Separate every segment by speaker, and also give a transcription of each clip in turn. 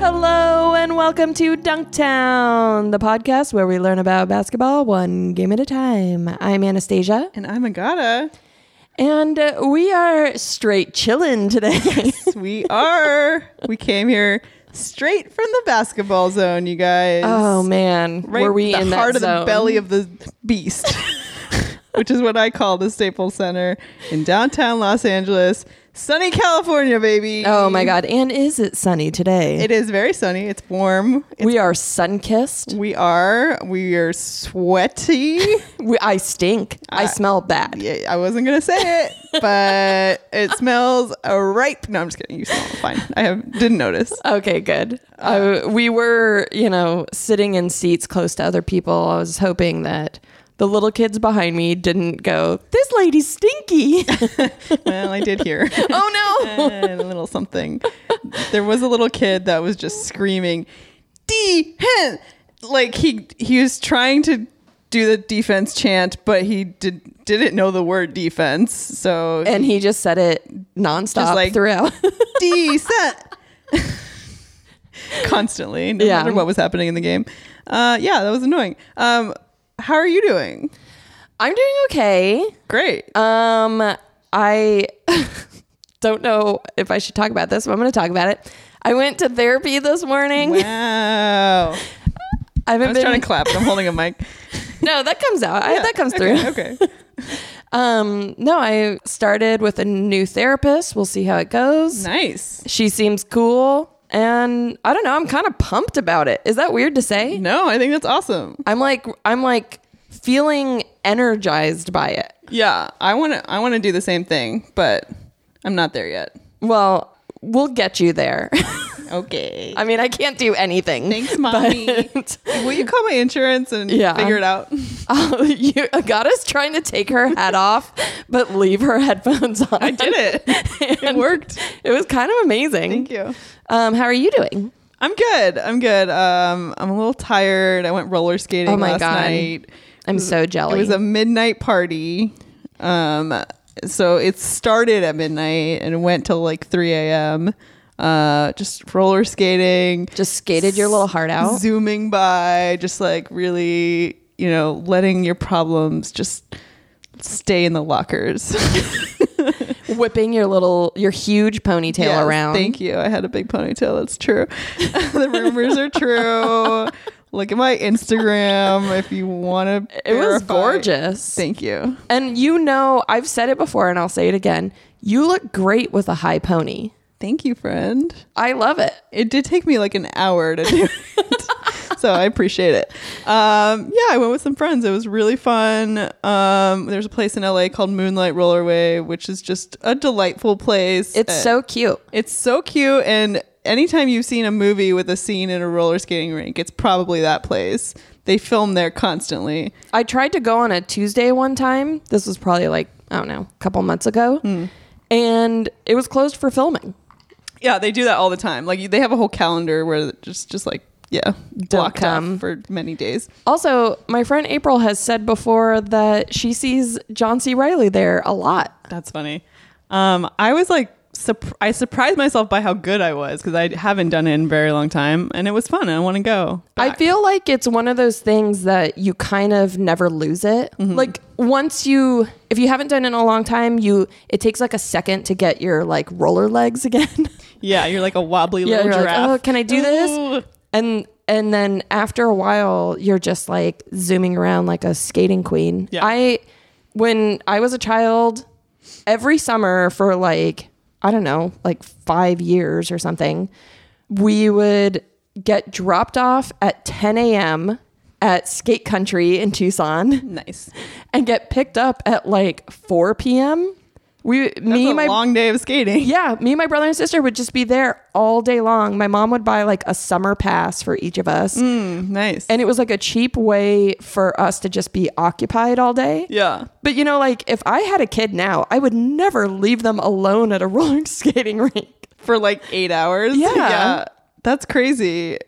Speaker 1: Hello and welcome to Dunktown, the podcast where we learn about basketball one game at a time. I'm Anastasia,
Speaker 2: And I'm Agata.
Speaker 1: and uh, we are straight chillin' today.
Speaker 2: We are. we came here straight from the basketball zone, you guys.
Speaker 1: oh man,
Speaker 2: right
Speaker 1: were we
Speaker 2: the
Speaker 1: in that
Speaker 2: heart of
Speaker 1: zone?
Speaker 2: the belly of the beast, which is what I call the Staples Center in downtown Los Angeles, sunny California, baby.
Speaker 1: Oh my god! And is it sunny today?
Speaker 2: It is very sunny. It's warm. It's,
Speaker 1: we are sun kissed.
Speaker 2: we are. We are sweaty.
Speaker 1: I stink. I
Speaker 2: Uh,
Speaker 1: smell bad.
Speaker 2: Yeah, I wasn't gonna say it, but it smells ripe. No, I'm just kidding. You smell fine. I have didn't notice.
Speaker 1: Okay, good. Uh, we were, you know, sitting in seats close to other people. I was hoping that the little kids behind me didn't go, This lady's stinky.
Speaker 2: Well, I did hear.
Speaker 1: oh no.
Speaker 2: and a little something. There was a little kid that was just screaming, D hen! Like he he was trying to do the defense chant, but he did didn't know the word defense. So
Speaker 1: And he just said it nonstop
Speaker 2: Just like-
Speaker 1: throughout.
Speaker 2: decent constantly. No
Speaker 1: Yeah.
Speaker 2: matter what was happening in the game. Uh, yeah, that was annoying. Um, how are you doing?
Speaker 1: I'm doing okay.
Speaker 2: Great.
Speaker 1: Um, I don't know if I should talk about this, but I'm going to talk about it. I went to therapy this morning.
Speaker 2: Wow.
Speaker 1: I haven't
Speaker 2: I was
Speaker 1: been.
Speaker 2: trying to clap, but I'm holding a mic.
Speaker 1: no, that comes out. I,
Speaker 2: Yeah,
Speaker 1: that comes
Speaker 2: okay,
Speaker 1: through.
Speaker 2: Okay.
Speaker 1: Um, no, I started with a new therapist. We'll see how it goes.
Speaker 2: Nice.
Speaker 1: She seems cool. And I don't know, I'm kind of pumped about it. Is that weird to say?
Speaker 2: No, I think that's awesome.
Speaker 1: I'm like I'm like feeling energized by it.
Speaker 2: Yeah, I want to. I want to do the same thing, but I'm not there yet.
Speaker 1: Well, we'll get you there.
Speaker 2: Okay.
Speaker 1: I mean, I can't do anything.
Speaker 2: Thanks, mommy.
Speaker 1: but-
Speaker 2: Will you call my insurance and
Speaker 1: Yeah.
Speaker 2: figure it out?
Speaker 1: Oh, you Agata's trying to take her hat off but leave her headphones on.
Speaker 2: I did it.
Speaker 1: it worked. It was kind of amazing.
Speaker 2: Thank you.
Speaker 1: Um, how are you doing?
Speaker 2: I'm good. I'm good. Um, I'm a little tired. I went roller skating
Speaker 1: Oh my
Speaker 2: last
Speaker 1: God.
Speaker 2: night.
Speaker 1: I'm so jelly.
Speaker 2: It was a midnight party. Um, so it started at midnight and went till like 3 a.m. Uh, just roller skating.
Speaker 1: Just skated your little heart out.
Speaker 2: zooming by, just like really, you know, letting your problems just stay in the lockers.
Speaker 1: whipping your little your huge ponytail
Speaker 2: Yes,
Speaker 1: around.
Speaker 2: Thank you. I had a big ponytail. That's true. the rumors are true. Look at my Instagram if you want to.
Speaker 1: It was gorgeous.
Speaker 2: Thank you.
Speaker 1: and you know, I've said it before and I'll say it again. You look great with a high pony.
Speaker 2: Thank you, friend.
Speaker 1: I love it.
Speaker 2: It did take me like an hour to do it. so I appreciate it. Um, yeah, I went with some friends. It was really fun. Um, there's a place in LA called Moonlight Rollerway, which is just a delightful place.
Speaker 1: It's
Speaker 2: Uh,
Speaker 1: so cute.
Speaker 2: it's so cute and anytime you've seen a movie with a scene in a roller skating rink, it's probably that place. They film there constantly.
Speaker 1: I tried to go on a Tuesday one time. This was probably like, I don't know, a couple months ago. And it was closed for filming.
Speaker 2: Yeah, they do that all the time. Like they have a whole calendar where it just just like yeah, blocked off
Speaker 1: come.
Speaker 2: for many days.
Speaker 1: Also, my friend April has said before that she sees John C. Riley there a lot.
Speaker 2: That's funny. Um, I was like, surp- I surprised myself by how good I was because I haven't done it in a very long time, and it was fun. And I want to go.
Speaker 1: I feel like it's one of those things that you kind of never lose it. Like once you if you haven't done it in a long time, you it takes like a second to get your like roller legs again.
Speaker 2: yeah, you're like a wobbly
Speaker 1: yeah,
Speaker 2: little
Speaker 1: you're like,
Speaker 2: giraffe.
Speaker 1: "Oh, can I do
Speaker 2: Ooh.
Speaker 1: this?" And and then after a while, you're just like zooming around like a skating queen.
Speaker 2: Yeah.
Speaker 1: I when I was a child, every summer for like I don't know, like 5 years or something, we would get dropped off at 10 a.m. at Skate Country in Tucson
Speaker 2: Nice.
Speaker 1: and get picked up at like 4 p.m. We,
Speaker 2: That's
Speaker 1: me,
Speaker 2: a
Speaker 1: my
Speaker 2: long day of skating.
Speaker 1: yeah, me and my brother and sister would just be there all day long. My mom would buy like a summer pass for each of us.
Speaker 2: Mm, nice.
Speaker 1: And it was like a cheap way for us to just be occupied all day.
Speaker 2: yeah.
Speaker 1: But you know, like if I had a kid now, I would never leave them alone at a roller skating rink.
Speaker 2: for like eight hours.
Speaker 1: Yeah.
Speaker 2: That's crazy.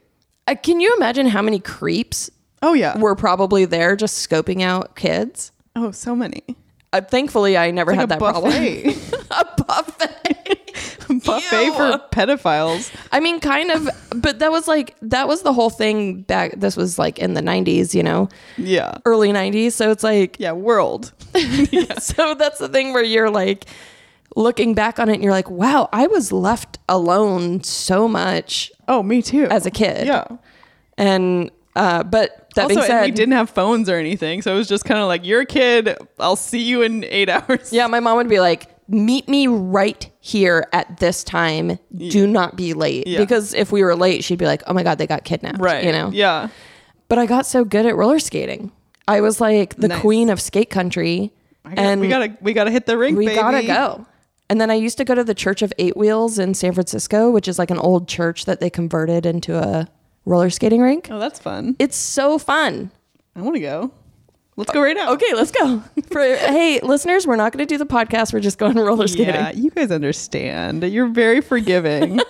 Speaker 1: Uh, can you imagine how many creeps
Speaker 2: Oh, yeah.
Speaker 1: were probably there just scoping out kids?
Speaker 2: oh, so many.
Speaker 1: Uh, thankfully, I never
Speaker 2: Like
Speaker 1: had
Speaker 2: a
Speaker 1: that problem.
Speaker 2: buffet.
Speaker 1: a buffet.
Speaker 2: buffet
Speaker 1: Ew.
Speaker 2: for pedophiles.
Speaker 1: I mean, kind of, but that was like, that was the whole thing back. This was like in the 90s, you know,
Speaker 2: Yeah.
Speaker 1: early 90s. So it's like,
Speaker 2: Yeah, world.
Speaker 1: so that's the thing where you're like looking back on it and you're like, wow, I was left alone so much
Speaker 2: Oh, me too.
Speaker 1: as a kid.
Speaker 2: Yeah.
Speaker 1: And, uh, but that
Speaker 2: also,
Speaker 1: being
Speaker 2: and
Speaker 1: said,
Speaker 2: we didn't have phones or anything, so it was just kind of like, "You're a kid. I'll see you in eight hours."
Speaker 1: yeah, my mom would be like, meet me right here at this time. Do not be late.
Speaker 2: Yeah.
Speaker 1: Because if we were late, she'd be like, oh my God, they got kidnapped.
Speaker 2: Right.
Speaker 1: You know?
Speaker 2: Yeah.
Speaker 1: But I got so good at roller skating. I was like the
Speaker 2: Nice.
Speaker 1: queen of skate country.
Speaker 2: I got-
Speaker 1: and
Speaker 2: we gotta we gotta hit the rink.
Speaker 1: we
Speaker 2: baby.
Speaker 1: gotta go. And then I used to go to the Church of Eight Wheels in San Francisco, which is like an old church that they converted into a roller skating rink.
Speaker 2: Oh, that's fun.
Speaker 1: It's so fun.
Speaker 2: I want to go. Let's go right now.
Speaker 1: Okay, let's go. For, hey, listeners, we're not going to do the podcast. We're just going roller skating.
Speaker 2: Yeah, you guys understand. You're very forgiving.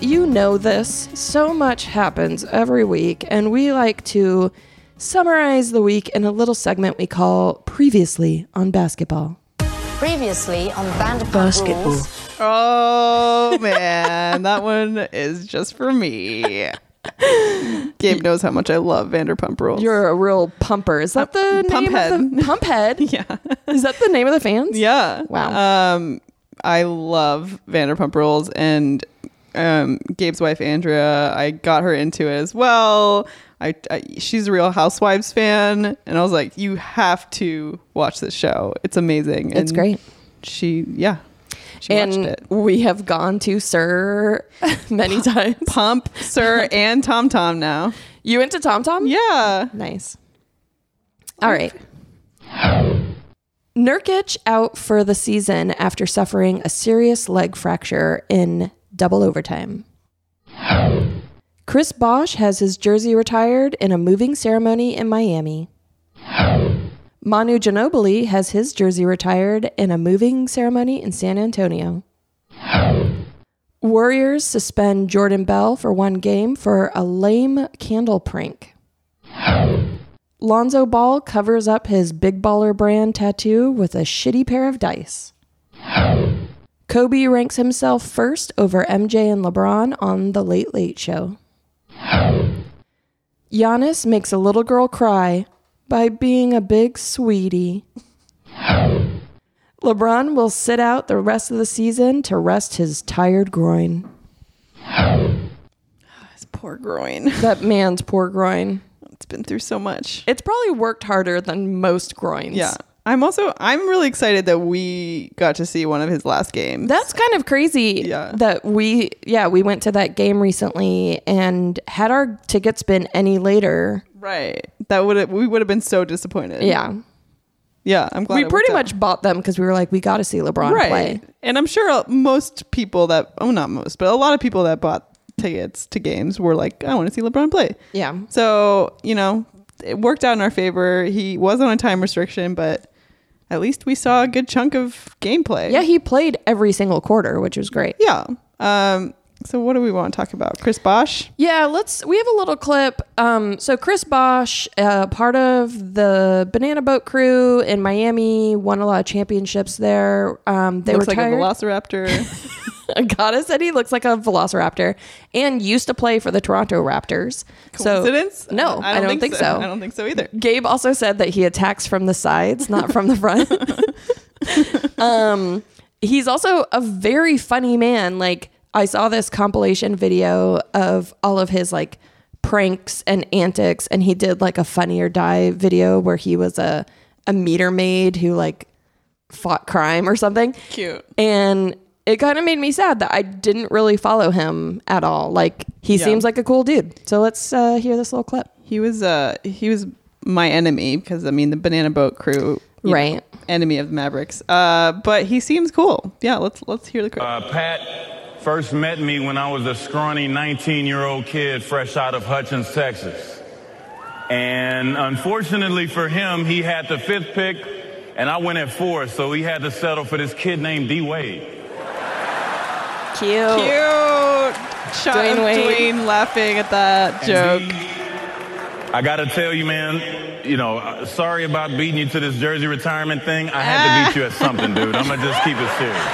Speaker 1: You know this. So much happens every week, and we like to summarize the week in a little segment we call Previously on Basketball.
Speaker 3: Previously on Vanderpump
Speaker 4: Basketball.
Speaker 3: Rules.
Speaker 2: oh man, that one is just for me. Gabe knows how much I love Vanderpump Rules.
Speaker 1: You're a real pumper. Is that the
Speaker 2: Pump
Speaker 1: name of the pump head?
Speaker 2: yeah,
Speaker 1: Is that the name of the fans?
Speaker 2: yeah.
Speaker 1: Wow.
Speaker 2: Um, I love Vanderpump Rules, and um, Gabe's wife Andrea. I got her into it as well. I, I she's a Real Housewives fan, and I was like, you have to watch this show. It's amazing.
Speaker 1: It's
Speaker 2: And
Speaker 1: great.
Speaker 2: She yeah, she watched
Speaker 1: And
Speaker 2: it.
Speaker 1: we have gone to Sir many times.
Speaker 2: Pump, Sir, and Tom Tom now.
Speaker 1: You went to Tom Tom?
Speaker 2: Yeah.
Speaker 1: Nice. All right. Nurkic out for the season after suffering a serious leg fracture in double overtime. Chris Bosch has his jersey retired in a moving ceremony in Miami. Manu Ginobili has his jersey retired in a moving ceremony in San Antonio. Warriors suspend Jordan Bell for one game for a lame candle prank. Lonzo Ball covers up his Big Baller brand tattoo with a shitty pair of dice. Kobe ranks himself first over MJ and LeBron on The Late Late Show. Giannis makes a little girl cry by being a big sweetie. LeBron will sit out the rest of the season to rest his tired groin.
Speaker 2: His poor groin.
Speaker 1: That man's poor groin.
Speaker 2: It's been through so much.
Speaker 1: It's probably worked harder than most groins.
Speaker 2: Yeah. I'm also I'm really excited that we got to see one of his last games.
Speaker 1: That's kind of crazy
Speaker 2: Yeah.
Speaker 1: that we yeah, we went to that game recently and had our tickets been any later.
Speaker 2: right. That would have we would have been so disappointed.
Speaker 1: Yeah.
Speaker 2: Yeah. I'm glad.
Speaker 1: we
Speaker 2: it
Speaker 1: pretty
Speaker 2: worked
Speaker 1: much bought them cuz we were like we got to see LeBron
Speaker 2: out. right.
Speaker 1: play.
Speaker 2: And I'm sure uh, most people that oh not most, but a lot of people that bought tickets to games were like, I want to see LeBron play.
Speaker 1: Yeah.
Speaker 2: So, you know, it worked out in our favor. He was on a time restriction, but at least we saw a good chunk of gameplay.
Speaker 1: Yeah, he played every single quarter, which was great.
Speaker 2: Yeah. Um, so what do we want to talk about? Chris Bosch?
Speaker 1: Yeah, let's. We have a little clip. Um, so Chris Bosch, uh, part of the Banana Boat crew in Miami, won a lot of championships there. Um, they
Speaker 2: Looks
Speaker 1: were
Speaker 2: like a
Speaker 1: tired.
Speaker 2: velociraptor.
Speaker 1: Agata said he looks like a velociraptor and used to play for the Toronto Raptors. So-
Speaker 2: Coincidence?
Speaker 1: no, I don't, think, so.
Speaker 2: I don't think so either.
Speaker 1: Gabe also said that he attacks from the sides, not from the front. um, he's also a very funny man. Like I saw this compilation video of all of his like pranks and antics, and he did like a funny or die video where he was a a meter maid who like fought crime or something.
Speaker 2: Cute.
Speaker 1: And it kind of made me sad that I didn't really follow him at all. Like he
Speaker 2: Yeah.
Speaker 1: seems like a cool dude. So let's uh, hear this little clip.
Speaker 2: He was uh he was my enemy because I mean the banana boat crew you
Speaker 1: Right.
Speaker 2: know, enemy of the Mavericks. Uh but he seems cool. Yeah, let's let's hear the clip.
Speaker 5: Uh, Pat first met me when I was a scrawny 19 year old kid fresh out of Hutchins, Texas. And unfortunately for him, he had the fifth pick, and I went at four, so he had to settle for this kid named D Wade.
Speaker 1: Cute.
Speaker 2: Cute. Shot
Speaker 1: Dwayne
Speaker 2: of
Speaker 1: Wade.
Speaker 2: Dwayne laughing at that joke.
Speaker 5: And I gotta tell you, man, you know, uh, sorry about beating you to this jersey retirement thing. I had to beat you at something, dude. I'm gonna just keep it serious.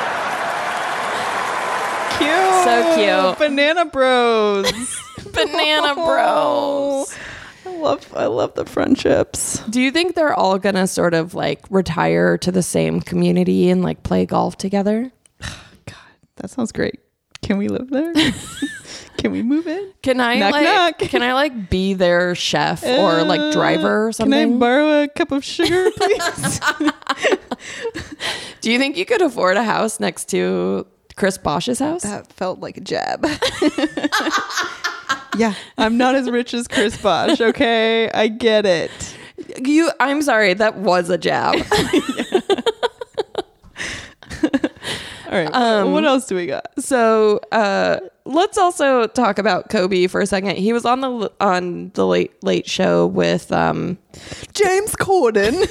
Speaker 2: Cute.
Speaker 1: So cute.
Speaker 2: Banana Bros. Oh,
Speaker 1: Banana Bros.
Speaker 2: I love I love the friendships.
Speaker 1: Do you think they're all gonna sort of like retire to the same community and like play golf together?
Speaker 2: God, that sounds great. Can we live there? Can we move in?
Speaker 1: Can I
Speaker 2: Knock,
Speaker 1: like
Speaker 2: knock.
Speaker 1: can I like be their chef or like driver or
Speaker 2: Can I
Speaker 1: something?
Speaker 2: borrow a cup of sugar, please?
Speaker 1: Do you think you could afford a house next to Chris Bosch's house?
Speaker 2: that felt like a jab. yeah, I'm not as rich as Chris Bosch. Okay, I get it.
Speaker 1: you I'm sorry, that was a jab.
Speaker 2: All right. what else do we got?
Speaker 1: so uh, let's also talk about Kobe for a second. He was on the on the late late show with um
Speaker 2: James Corden.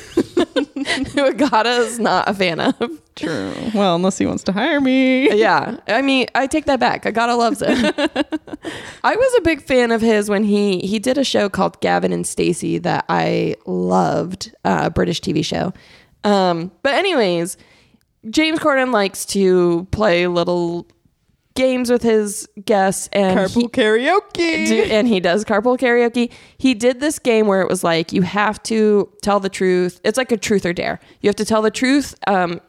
Speaker 1: who Agata's not a fan of.
Speaker 2: True. Well, unless he wants to hire me.
Speaker 1: Yeah. I mean, I take that back. Agata loves it. I was a big fan of his when he he did a show called Gavin and Stacey that I loved, uh, British TV show. Um, but anyways, James Corden likes to play little games with his guests and
Speaker 2: Carpool
Speaker 1: he-
Speaker 2: karaoke.
Speaker 1: do, and he does carpool karaoke. He did this game where it was like you have to tell the truth. It's like a truth or dare. You have to tell the truth um,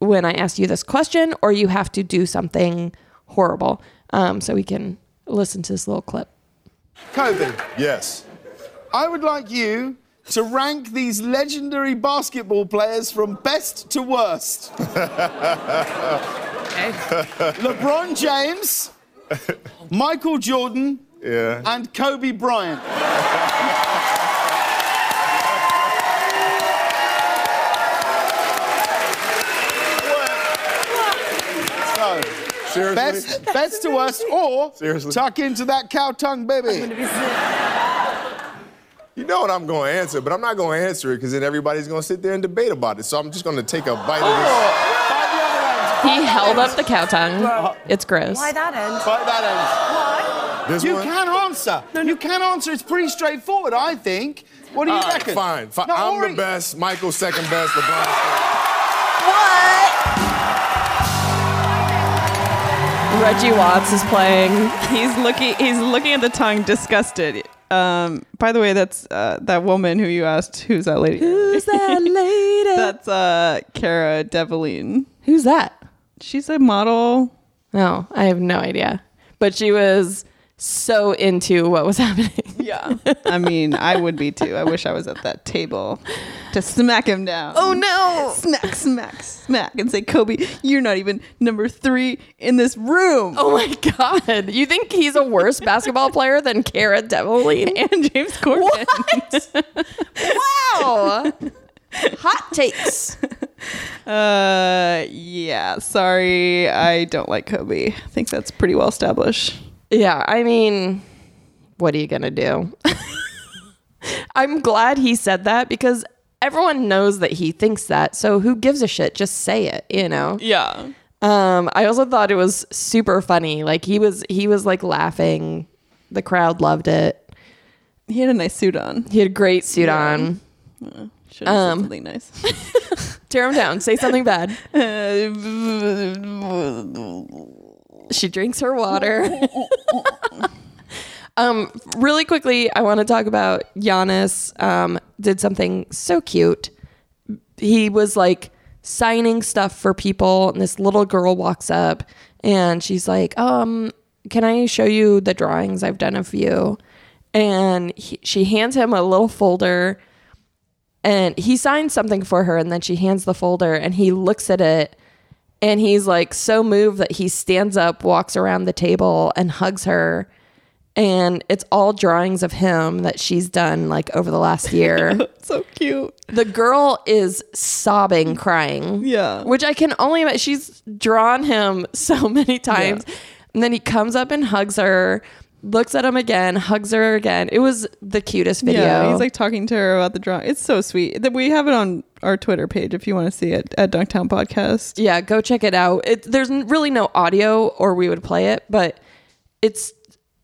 Speaker 1: when I ask you this question, or you have to do something horrible. Um, so we can listen to this little clip.
Speaker 4: Kobe,
Speaker 6: Yes.
Speaker 4: I would like you to rank these legendary basketball players from best to worst. Eh? LeBron James, Michael Jordan,
Speaker 6: Yeah.
Speaker 4: and Kobe Bryant. So,
Speaker 6: Seriously?
Speaker 4: best, best to worst, or
Speaker 6: Seriously?
Speaker 4: tuck into that cow tongue, baby.
Speaker 6: You know what I'm going to answer, but I'm not going to answer it because then everybody's going to sit there and debate about it. So I'm just going to take a bite of
Speaker 4: Find the other end.
Speaker 1: He held up the cow tongue. It's gross.
Speaker 7: Why that end?
Speaker 4: Fight that end.
Speaker 6: this. This
Speaker 4: Oh, You
Speaker 6: one.
Speaker 4: can answer. You can answer. It's pretty straightforward, I think. What do you
Speaker 6: All right,
Speaker 4: reckon?
Speaker 6: fine. Fi-
Speaker 4: No,
Speaker 6: I'm
Speaker 4: Ori-
Speaker 6: the best. Michael's second best. LeBron's third.
Speaker 7: What?
Speaker 1: Reggie Watts is playing.
Speaker 2: He's looking. He's looking at the tongue, disgusted. Um, by the way, that's uh, that woman who you asked. Who's that lady?
Speaker 1: Who's that lady?
Speaker 2: That's uh, Cara Delevingne.
Speaker 1: Who's that?
Speaker 2: She's a model.
Speaker 1: No, I have no idea. But she was so into what was happening.
Speaker 2: Yeah. I mean, I would be too. I wish I was at that table to smack him down.
Speaker 1: Oh no!
Speaker 2: Smack, smack, smack, and say, Kobe, you're not even number three in this room.
Speaker 1: Oh my God. You think he's a worse basketball player than Cara Delevingne?
Speaker 2: and James Corden.
Speaker 1: Wow. Hot takes.
Speaker 2: Uh, yeah. Sorry, I don't like Kobe. I think that's pretty well established.
Speaker 1: Yeah, I mean, what are you going to do? I'm glad he said that because everyone knows that he thinks that. So who gives a shit? Just say it, you know?
Speaker 2: Yeah.
Speaker 1: Um, I also thought it was super funny. Like he was, he was like laughing. The crowd loved it.
Speaker 2: He had a nice suit on.
Speaker 1: He had a great suit on.
Speaker 2: Should have
Speaker 1: Um,
Speaker 2: said something nice.
Speaker 1: Tear him down. Say something bad. She drinks her water. um, really quickly, I want to talk about Giannis. Um, did something so cute. He was like signing stuff for people, and this little girl walks up, and she's like, "Um, can I show you the drawings I've done of you?" And he, she hands him a little folder and he signs something for her and then she hands the folder and he looks at it and he's like so moved that he stands up walks around the table and hugs her and it's all drawings of him that she's done like over the last year
Speaker 2: so cute.
Speaker 1: the girl is sobbing crying
Speaker 2: Yeah.
Speaker 1: which i can only imagine she's drawn him so many times and then he comes up and hugs her looks at him again hugs her again it was the cutest video
Speaker 2: Yeah, he's like talking to her about the drawing. It's so sweet. That we have it on our Twitter page if you want to see it at Dunktown Podcast.
Speaker 1: yeah go check it out it, there's n- really no audio or we would play it but it's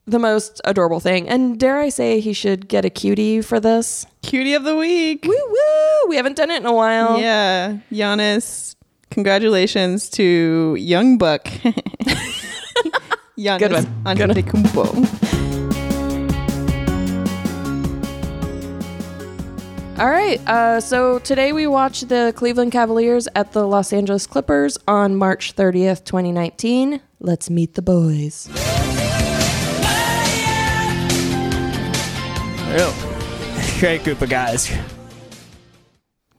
Speaker 1: the most adorable thing. And dare I say, he should get a cutie for this.
Speaker 2: Cutie of the week.
Speaker 1: Woo woo! We haven't done it in a while.
Speaker 2: Yeah, Giannis. Congratulations to Young Buck. Giannis
Speaker 1: Good one. Good one.
Speaker 2: Antetokounmpo.
Speaker 1: All right. Uh, so today we watched the Cleveland Cavaliers at the Los Angeles Clippers on March 30th, 2019. Let's meet the boys.
Speaker 8: Great group of guys.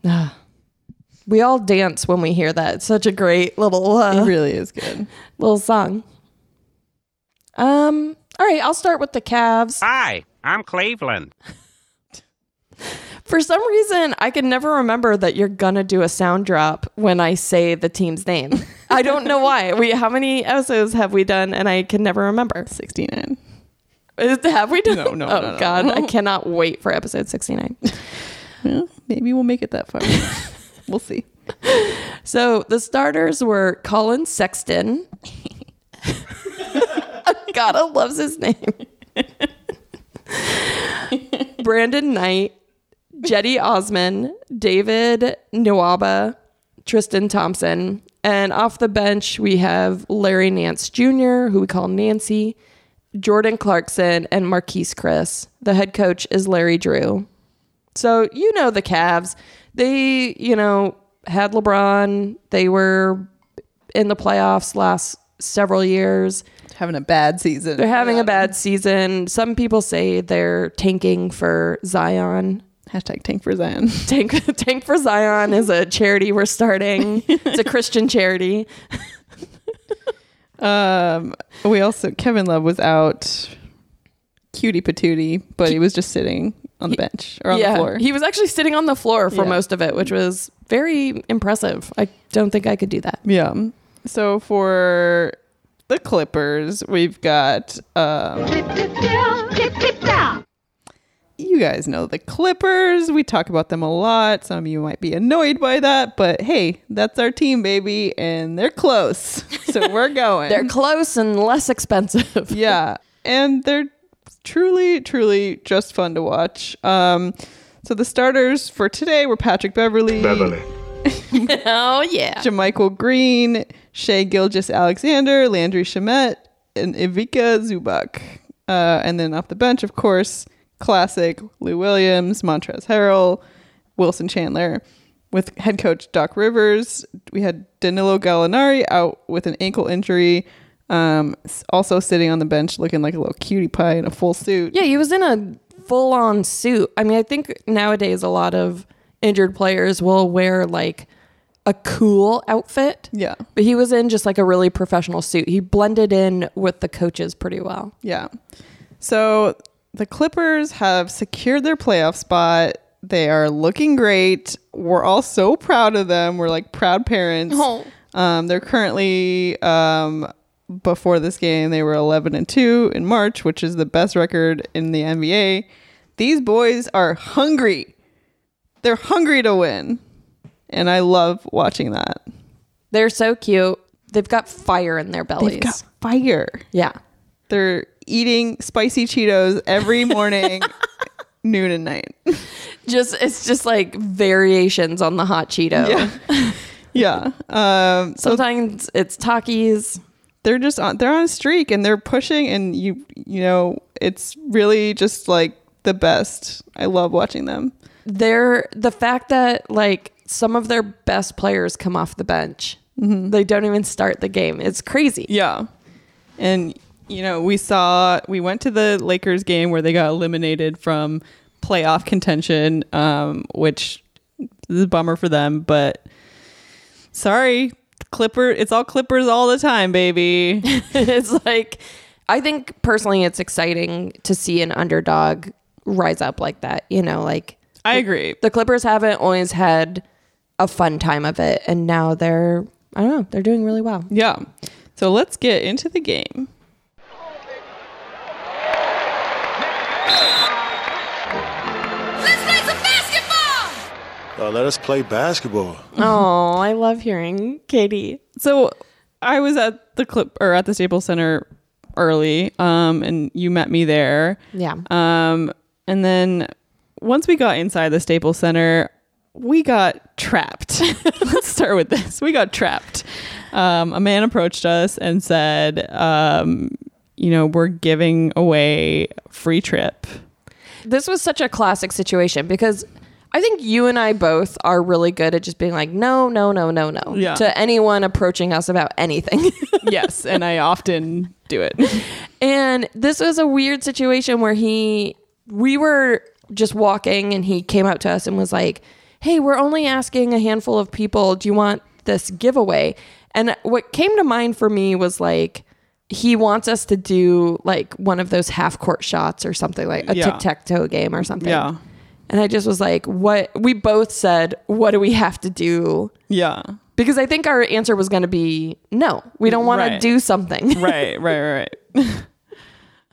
Speaker 1: Ah. we all dance when we hear that. It's such a great little uh,
Speaker 2: It really is good.
Speaker 1: little song. Um. All right. I'll start with the Cavs.
Speaker 9: Hi, I'm Cleveland.
Speaker 1: For some reason, I can never remember that you're gonna do a sound drop when I say the team's name. I don't know why. We how many episodes have we done, and I can never remember.
Speaker 2: 69.
Speaker 1: Is- Have we done?
Speaker 2: No, no,
Speaker 1: Oh
Speaker 2: no, no.
Speaker 1: God, I cannot wait for episode sixty nine.
Speaker 2: Well, maybe we'll make it that far. we'll see.
Speaker 1: So the starters were Colin Sexton. Gotta loves his name. Brandon Knight, Jetty Osman, David Nwaba, Tristan Thompson, and off the bench we have Larry Nance Jr., who we call Nancy, Jordan Clarkson, and Marquise Chris. The head coach is Larry Drew. So you know the Cavs. They, you know, had LeBron. They were in the playoffs last several years.
Speaker 2: Having a bad season.
Speaker 1: They're having a bad season. Some people say they're tanking for Zion.
Speaker 2: Hashtag tank for Zion.
Speaker 1: Tank Tank for Zion is a charity we're starting. It's a Christian charity.
Speaker 2: Um, we also Kevin Love was out, cutie patootie, but he was just sitting on the bench or on the floor.
Speaker 1: He was actually sitting on the floor for
Speaker 2: Yeah.
Speaker 1: most of it, which was very impressive. I don't think I could do that.
Speaker 2: yeah. So for the Clippers, we've got um, you guys know the Clippers. We talk about them a lot. Some of you might be annoyed by that, but hey, that's our team, baby, and they're close, so we're going.
Speaker 1: They're close and less expensive.
Speaker 2: yeah and they're truly truly just fun to watch um so the starters for today were patrick beverly beverly
Speaker 1: Oh yeah.
Speaker 2: jamichael green shay gilgis alexander landry shamet and ivica zubak uh, and then off the bench of course classic lou williams montrez harrell wilson chandler with head coach doc rivers we had danilo gallinari out with an ankle injury um, s- also sitting on the bench looking like a little cutie pie in a full suit.
Speaker 1: Yeah, he was in a full on suit. I mean, I think nowadays a lot of injured players will wear like a cool outfit.
Speaker 2: Yeah.
Speaker 1: But he was in just like a really professional suit. He blended in with the coaches pretty well.
Speaker 2: Yeah. So the Clippers have secured their playoff spot. They are looking great. We're all so proud of them. We're like proud parents.
Speaker 1: Oh.
Speaker 2: Um, they're currently um, before this game they were 11 and 2 in March, which is the best record in the NBA. These boys are hungry. They're hungry to win. And I love watching that.
Speaker 1: They're so cute. They've got fire in their bellies.
Speaker 2: They've got fire.
Speaker 1: yeah.
Speaker 2: They're eating spicy Cheetos every morning, noon and night.
Speaker 1: Just it's just like variations on the hot Cheeto.
Speaker 2: Yeah. Um, so
Speaker 1: Sometimes it's Takis.
Speaker 2: they're just on they're on a streak and they're pushing and you you know, it's really just like the best. I love watching them.
Speaker 1: they're the fact that like some of their best players come off the bench. They don't even start the game. It's crazy.
Speaker 2: Yeah. And you know, we saw we went to the Lakers game where they got eliminated from playoff contention, um, which is a bummer for them, but sorry. Clipper it's all Clippers all the time, baby.
Speaker 1: it's like I think personally it's exciting to see an underdog rise up like that. You know, like
Speaker 2: I agree.
Speaker 1: the Clippers haven't always had a fun time of it and now they're I don't know, they're doing really well.
Speaker 2: Yeah. So let's get into the game.
Speaker 10: let us play basketball.
Speaker 1: Oh, I love hearing Katie.
Speaker 2: So I was at the clip or at the Staples Center early, um, and you met me there.
Speaker 1: Yeah.
Speaker 2: Um, and then once we got inside the Staples Center, we got trapped. Let's start with this. We got trapped. Um, a man approached us and said, um, you know, we're giving away free trip.
Speaker 1: this was such a classic situation because I think you and I both are really good at just being like, no, no, no, no, no
Speaker 2: Yeah.
Speaker 1: to anyone approaching us about anything.
Speaker 2: yes, and I often do it.
Speaker 1: and this was a weird situation where he, we were just walking and he came up to us and was like, hey, we're only asking a handful of people. Do you want this giveaway? And what came to mind for me was like, he wants us to do like one of those half court shots or something like a
Speaker 2: Yeah.
Speaker 1: tic tac toe game or something.
Speaker 2: Yeah.
Speaker 1: And I just was like, what? We both said, what do we have to do?
Speaker 2: Yeah.
Speaker 1: Because I think our answer was going to be, no, we don't want to
Speaker 2: Right.
Speaker 1: do something.
Speaker 2: Right, right, right, right.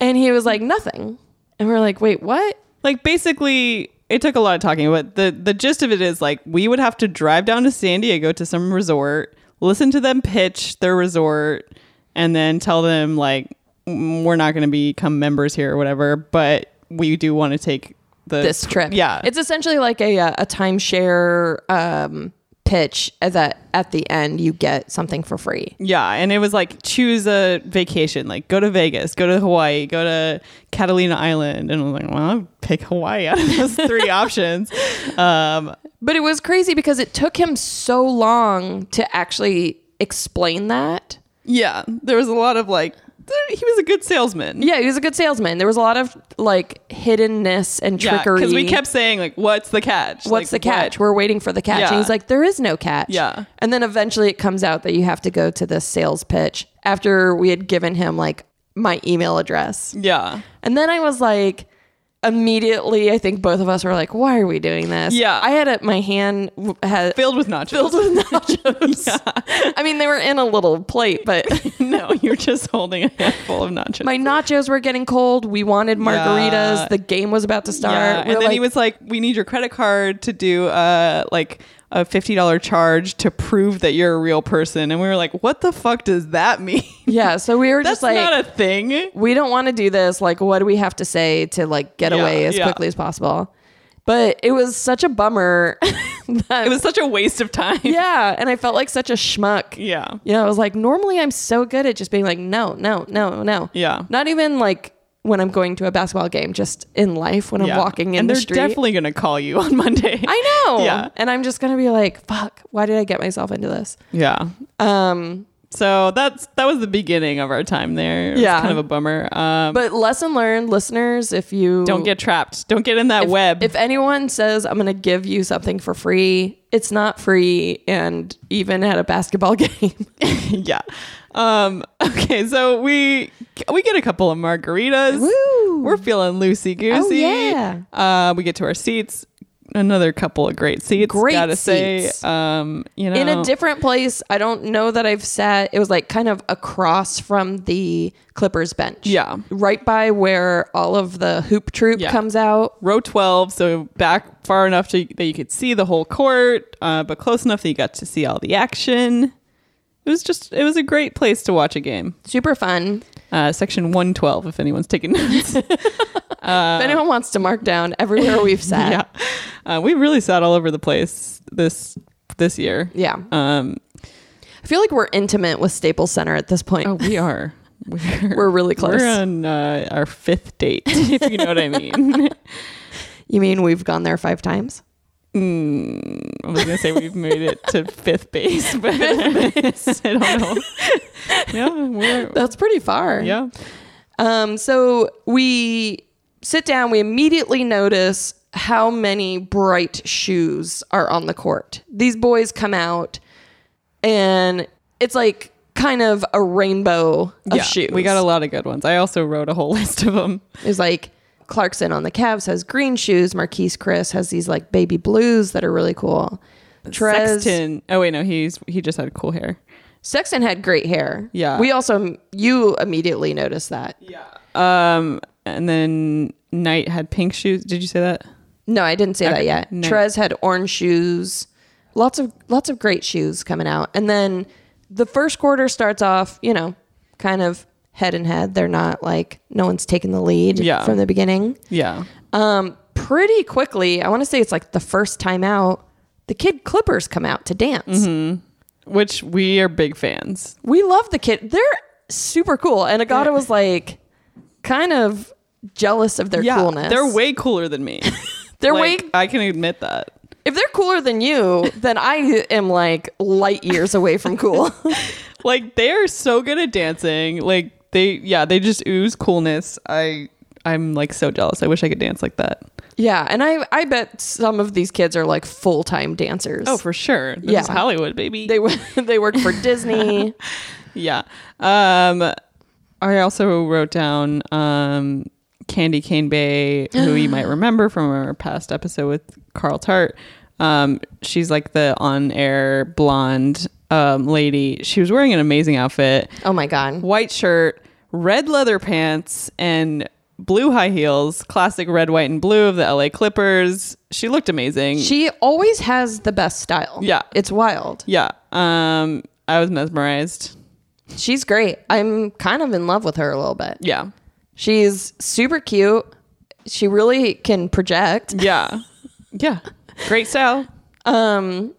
Speaker 1: And he was like, nothing. And we are like, wait, what?
Speaker 2: Like basically it took a lot of talking, but the the gist of it is like we would have to drive down to San Diego to some resort, listen to them pitch their resort, and then tell them like "Mm, we're not going to become members here or whatever, but we do want to take the
Speaker 1: This trip.
Speaker 2: Yeah.
Speaker 1: It's essentially like a, uh, a timeshare um, pitch that at the end you get something for free.
Speaker 2: Yeah, and it was like choose a vacation, like go to Vegas, go to Hawaii, go to Catalina Island, and I was like, well, I'll pick Hawaii out of those three options. Um,
Speaker 1: But it was crazy because it took him so long to actually explain that.
Speaker 2: yeah, there was a lot of like, th- he was a good salesman.
Speaker 1: Yeah, he was a good salesman. There was a lot of like hiddenness and trickery.
Speaker 2: because we kept saying like, what's the catch?
Speaker 1: what's
Speaker 2: Like,
Speaker 1: the catch?
Speaker 2: what?
Speaker 1: We're waiting for the catch. And
Speaker 2: Yeah.
Speaker 1: he's like, there is no catch.
Speaker 2: Yeah.
Speaker 1: And then eventually it comes out that you have to go to this sales pitch after we had given him like my email address.
Speaker 2: yeah,
Speaker 1: And then I was like, immediately, I think both of us were like, why are we doing this?
Speaker 2: Yeah.
Speaker 1: I had it, my hand w- had
Speaker 2: filled with nachos.
Speaker 1: filled with nachos. I mean, they were in a little plate, but
Speaker 2: no, you're just holding a handful of nachos.
Speaker 1: my nachos were getting cold. We wanted margaritas.
Speaker 2: Yeah.
Speaker 1: The game was about to start.
Speaker 2: Yeah,
Speaker 1: We
Speaker 2: and
Speaker 1: were
Speaker 2: then
Speaker 1: like,
Speaker 2: he was like, "We need your credit card to do uh like a fifty dollar charge to prove that you're a real person." And we were like, "What the fuck does that mean?
Speaker 1: yeah. So we were
Speaker 2: That's
Speaker 1: just like,
Speaker 2: not a thing."
Speaker 1: we don't want to do this. Like, what do we have to say to like get
Speaker 2: Yeah,
Speaker 1: away as
Speaker 2: yeah.
Speaker 1: quickly as possible? But it was such a bummer. that,
Speaker 2: It was such a waste of time.
Speaker 1: yeah, and I felt like such a schmuck.
Speaker 2: yeah,
Speaker 1: You know, I was like, normally I'm so good at just being like, no, no, no, no.
Speaker 2: Yeah.
Speaker 1: Not even like when I'm going to a basketball game, just in life when I'm
Speaker 2: Yeah.
Speaker 1: walking in
Speaker 2: and
Speaker 1: the
Speaker 2: they're
Speaker 1: street.
Speaker 2: definitely gonna call you on Monday.
Speaker 1: I know.
Speaker 2: Yeah,
Speaker 1: And I'm just gonna be like, fuck, why did I get myself into this?
Speaker 2: yeah.
Speaker 1: Um,
Speaker 2: So that's that was the beginning of our time there. It was
Speaker 1: Yeah.
Speaker 2: kind of a bummer. Um,
Speaker 1: but lesson learned, listeners, if you
Speaker 2: don't get trapped. Don't get in that
Speaker 1: if,
Speaker 2: web.
Speaker 1: If anyone says I'm going to give you something for free, it's not free. And even at a basketball game,
Speaker 2: yeah. Um, okay, so we we get a couple of margaritas.
Speaker 1: Woo.
Speaker 2: We're feeling loosey goosey.
Speaker 1: Oh, yeah.
Speaker 2: Uh, we get to our seats. Another couple of great seats.
Speaker 1: Great
Speaker 2: gotta
Speaker 1: seats.
Speaker 2: say. Um, you know,
Speaker 1: in a different place, I don't know that I've sat. It was like kind of across from the Clippers bench.
Speaker 2: Yeah.
Speaker 1: Right by where all of the hoop troop
Speaker 2: Yeah.
Speaker 1: comes out.
Speaker 2: row twelve, so back far enough to, that you could see the whole court, uh, but close enough that you got to see all the action. It was just it was a great place to watch a game.
Speaker 1: Super fun.
Speaker 2: Uh, section one twelve, if anyone's taking notes.
Speaker 1: if anyone wants to mark down everywhere we've sat.
Speaker 2: Uh, yeah, uh, we really sat all over the place this this year.
Speaker 1: Yeah.
Speaker 2: Um,
Speaker 1: I feel like we're intimate with Staples Center at this point.
Speaker 2: Oh, we are. We're,
Speaker 1: We're really close.
Speaker 2: We're on uh, our fifth date, if you know what I mean.
Speaker 1: You mean we've gone there five times?
Speaker 2: Hmm, I was gonna say we've made it to fifth base, but I don't know. Yeah, we're
Speaker 1: That's pretty far.
Speaker 2: yeah.
Speaker 1: Um, so we sit down, we immediately notice how many bright shoes are on the court. These boys come out and it's like kind of a rainbow of
Speaker 2: yeah.
Speaker 1: shoes.
Speaker 2: We got a lot of good ones. I also wrote a whole list of them.
Speaker 1: There's like Clarkson on the Cavs has green shoes. Marquise Chris has these like baby blues that are really cool. Trez,
Speaker 2: Sexton. Oh wait, no, he's he just had cool hair.
Speaker 1: Sexton had great hair.
Speaker 2: Yeah.
Speaker 1: We also, you immediately noticed that.
Speaker 2: Um, and then Knight had pink shoes. Did you say that?
Speaker 1: No, I didn't say that
Speaker 2: Okay,
Speaker 1: yet.
Speaker 2: no.
Speaker 1: Trez had orange shoes. Lots of lots of great shoes coming out. And then the first quarter starts off, you know, kind of head and head. They're not like no one's taken the lead
Speaker 2: Yeah.
Speaker 1: from the beginning.
Speaker 2: Yeah.
Speaker 1: Um, pretty quickly, I want to say it's like the first time out, the kid Clippers come out to dance.
Speaker 2: Mm-hmm. Which we are big fans.
Speaker 1: We love the kid. They're super cool. And Agata was like kind of jealous of their coolness.
Speaker 2: They're way cooler than me.
Speaker 1: they're
Speaker 2: like,
Speaker 1: way
Speaker 2: I can admit that.
Speaker 1: if they're cooler than you, then I am like light years away from cool.
Speaker 2: Like they're so good at dancing. Like they yeah, they just ooze coolness. I I'm like so jealous. I wish I could dance like that.
Speaker 1: yeah, and I I bet some of these kids are like full time dancers.
Speaker 2: Oh, for sure. This is
Speaker 1: Yeah.
Speaker 2: Hollywood, baby.
Speaker 1: they wo- they work for Disney.
Speaker 2: yeah. Um I also wrote down um Candy Cane Bay, who you might remember from our past episode with Carl Tart. Um, she's like the on-air blonde um, lady. She was wearing an amazing outfit.
Speaker 1: oh my god,
Speaker 2: white shirt, red leather pants, and blue high heels, classic red, white, and blue of the LA Clippers. She looked amazing.
Speaker 1: she always has the best style.
Speaker 2: Yeah.
Speaker 1: it's wild.
Speaker 2: yeah. Um, I was mesmerized.
Speaker 1: She's great. I'm kind of in love with her a little bit.
Speaker 2: Yeah.
Speaker 1: She's super cute. She really can project.
Speaker 2: Yeah. Yeah. Great style.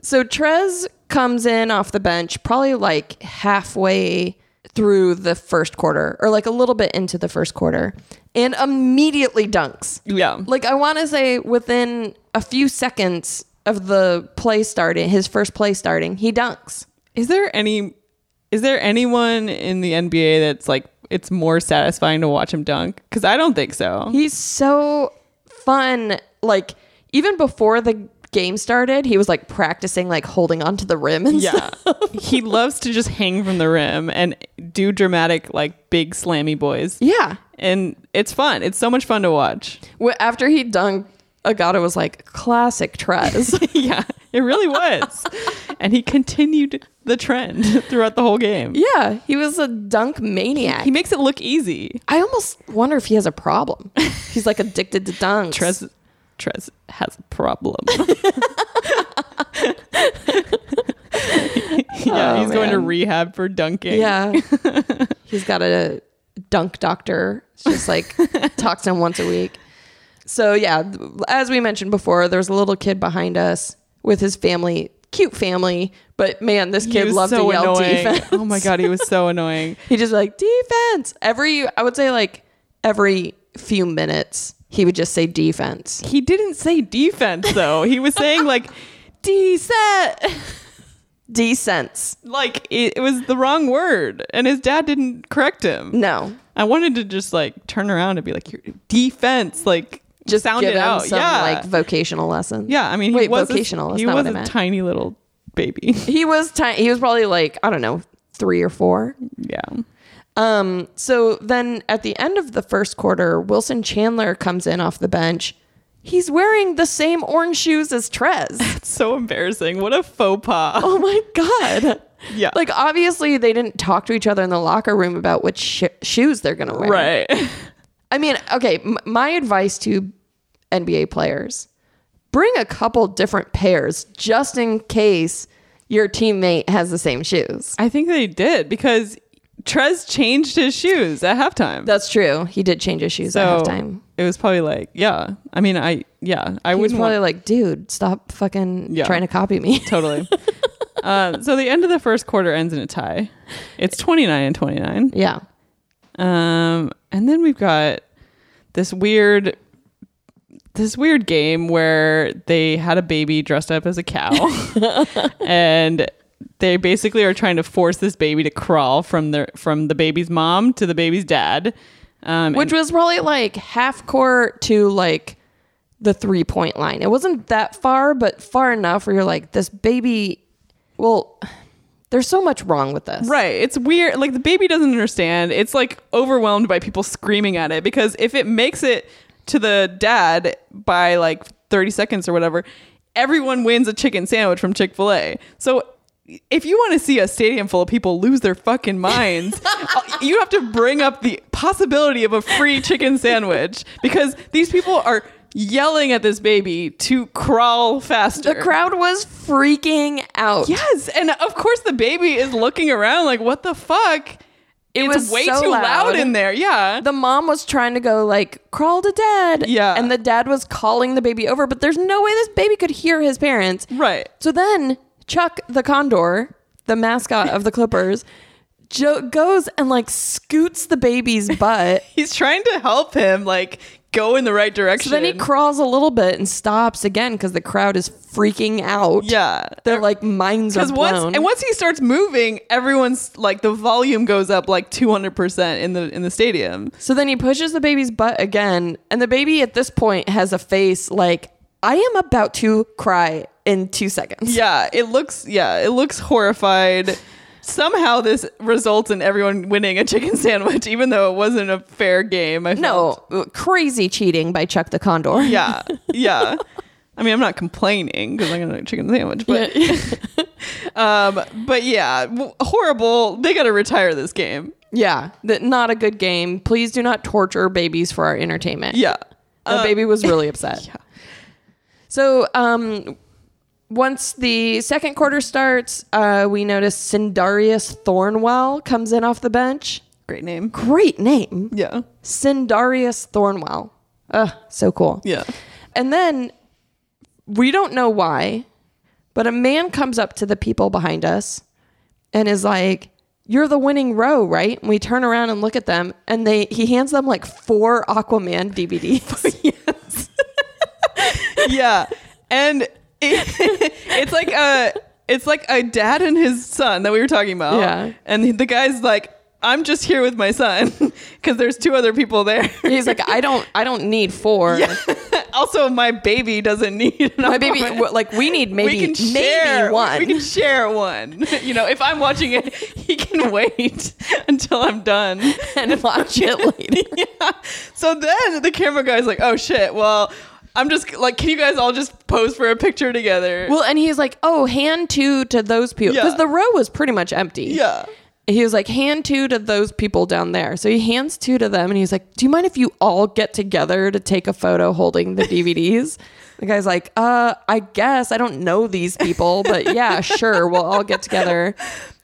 Speaker 1: So Trez comes in off the bench, probably like halfway through the first quarter, or like a little bit into the first quarter, and immediately dunks.
Speaker 2: Yeah.
Speaker 1: Like I want to say, within a few seconds of the play starting, his first play starting, he dunks.
Speaker 2: Is there any is there anyone in the NBA that's like it's more satisfying to watch him dunk? Because I don't think so.
Speaker 1: He's so fun. Like even before the game started, he was like practicing like holding onto the rim and
Speaker 2: Yeah.
Speaker 1: stuff.
Speaker 2: he loves to just hang from the rim and do dramatic, like big slammy boys.
Speaker 1: Yeah.
Speaker 2: and it's fun. It's so much fun to watch.
Speaker 1: Wh- After he dunked, Agata was like, classic Trez.
Speaker 2: yeah, it really was. and he continued the trend throughout the whole game.
Speaker 1: Yeah, he was a dunk maniac.
Speaker 2: He makes it look easy.
Speaker 1: I almost wonder if he has a problem. He's like addicted to dunks.
Speaker 2: Trez Trez has a problem. yeah,
Speaker 1: Oh,
Speaker 2: he's going to
Speaker 1: man.
Speaker 2: rehab for dunking.
Speaker 1: Yeah. He's got a dunk doctor. It's just like talks to him once a week. So yeah, th- as we mentioned before, there was a little kid behind us with his family, cute family, but man, this
Speaker 2: He
Speaker 1: kid
Speaker 2: was
Speaker 1: loved
Speaker 2: so
Speaker 1: to yell
Speaker 2: annoying.
Speaker 1: defense.
Speaker 2: Oh my god, he was so annoying.
Speaker 1: He just like defense. Every I would say like every few minutes he would just say defense.
Speaker 2: He didn't say defense though. He was saying like
Speaker 1: Decent. Decents.
Speaker 2: like it, it was the wrong word and his dad didn't correct him.
Speaker 1: No.
Speaker 2: I wanted to just like turn around and be like, your defense, like just sound
Speaker 1: give
Speaker 2: it
Speaker 1: him
Speaker 2: out.
Speaker 1: some
Speaker 2: yeah.
Speaker 1: like vocational lessons.
Speaker 2: yeah. I mean, he
Speaker 1: wait,
Speaker 2: was
Speaker 1: vocational.
Speaker 2: A,
Speaker 1: that's
Speaker 2: he
Speaker 1: not
Speaker 2: was
Speaker 1: what I
Speaker 2: a
Speaker 1: meant.
Speaker 2: tiny little baby.
Speaker 1: he was tiny. He was probably like I don't know three or four.
Speaker 2: yeah.
Speaker 1: Um. So then at the end of the first quarter, Wilson Chandler comes in off the bench. He's wearing the same orange shoes as Trez.
Speaker 2: It's so embarrassing. What a faux pas.
Speaker 1: oh my god.
Speaker 2: yeah.
Speaker 1: Like obviously they didn't talk to each other in the locker room about which sh- shoes they're gonna wear.
Speaker 2: right.
Speaker 1: I mean, okay, m- my advice to NBA players bring a couple different pairs just in case your teammate has the same shoes.
Speaker 2: I think they did because Trez changed his shoes at halftime.
Speaker 1: That's true. He did change his shoes
Speaker 2: so
Speaker 1: at halftime.
Speaker 2: it was probably like, yeah. I mean, I, yeah,
Speaker 1: He
Speaker 2: I
Speaker 1: was
Speaker 2: wouldn't want
Speaker 1: probably like, dude, stop fucking
Speaker 2: Yeah.
Speaker 1: trying to copy me.
Speaker 2: totally. um, so the end of the first quarter ends in a tie. It's 29 and 29.
Speaker 1: yeah.
Speaker 2: Um, and then we've got this weird, this weird game where they had a baby dressed up as a cow, and they basically are trying to force this baby to crawl from the from the baby's mom to the baby's dad. Um,
Speaker 1: Which was probably like half court to like the three point line. It wasn't that far, but far enough where you're like, this baby, well, there's so much wrong with this.
Speaker 2: Right. It's weird. Like the baby doesn't understand. It's like overwhelmed by people screaming at it because if it makes it to the dad by like 30 seconds or whatever, everyone wins a chicken sandwich from Chick fil A. So if you want to see a stadium full of people lose their fucking minds, uh, you have to bring up the possibility of a free chicken sandwich because these people are yelling at this baby to crawl faster.
Speaker 1: The crowd was freaking out.
Speaker 2: Yes, and of course the baby is looking around like, "What the fuck?"
Speaker 1: It
Speaker 2: it's
Speaker 1: was
Speaker 2: way
Speaker 1: so
Speaker 2: too loud.
Speaker 1: loud.
Speaker 2: in there. Yeah.
Speaker 1: the mom was trying to go like crawl to dad
Speaker 2: Yeah.
Speaker 1: and the dad was calling the baby over but there's no way this baby could hear his parents
Speaker 2: Right.
Speaker 1: so then chuck the condor the mascot of the clippers jo- goes and like scoots the baby's butt
Speaker 2: He's trying to help him like go in the right
Speaker 1: so
Speaker 2: direction.
Speaker 1: then he crawls a little bit and stops again because the crowd is freaking out
Speaker 2: Yeah.
Speaker 1: they're like minds are
Speaker 2: Because
Speaker 1: blown
Speaker 2: once and once he starts moving, everyone's like the volume goes up like two hundred percent in the in the stadium.
Speaker 1: So then he pushes the baby's butt again, and the baby at this point has a face like, I am about to cry in two seconds.
Speaker 2: Yeah, it looks yeah, it looks horrified. Somehow this results in everyone winning a chicken sandwich, even though it wasn't a fair game. I felt.
Speaker 1: No, uh, crazy cheating by Chuck the Condor.
Speaker 2: yeah, yeah. I mean, I'm not complaining because I'm gonna have a chicken sandwich, but um, but yeah, w- horrible. They gotta retire this game.
Speaker 1: yeah. That not a good game. Please do not torture babies for our entertainment.
Speaker 2: Yeah,
Speaker 1: The baby was really upset. So, um, once the second quarter starts, uh, we notice Sindarius Thornwell comes in off the bench.
Speaker 2: great name.
Speaker 1: Great name.
Speaker 2: Yeah,
Speaker 1: Sindarius Thornwell. Ugh, so cool.
Speaker 2: yeah.
Speaker 1: And then we don't know why, but a man comes up to the people behind us and is like, "You're the winning row, right?" And we turn around and look at them, and they he hands them like four Aquaman DVDs.
Speaker 2: yeah and it, it's like a it's like a dad and his son that we were talking about
Speaker 1: Yeah.
Speaker 2: and the guy's like i'm just here with my son because there's two other people there
Speaker 1: He's like, "I don't, I don't need four.
Speaker 2: also my baby doesn't need an
Speaker 1: My baby,
Speaker 2: apartment.
Speaker 1: w- like, we need maybe
Speaker 2: we can share
Speaker 1: maybe one."
Speaker 2: we can share one you know if i'm watching it he can wait until i'm done
Speaker 1: and watch it later.
Speaker 2: yeah. So then the camera guy's like, "Oh shit! Well, I'm just like, can you guys all just pose for a picture together?"
Speaker 1: Well, and he's like, "Oh, hand two to those people," because
Speaker 2: Yeah.
Speaker 1: the row was pretty much empty.
Speaker 2: yeah.
Speaker 1: he was like, hand two to those people down there. So he hands two to them and he's like, Do you mind if you all get together to take a photo holding the DVDs? the guy's like, Uh, I guess I don't know these people, but yeah, sure, we'll all get together.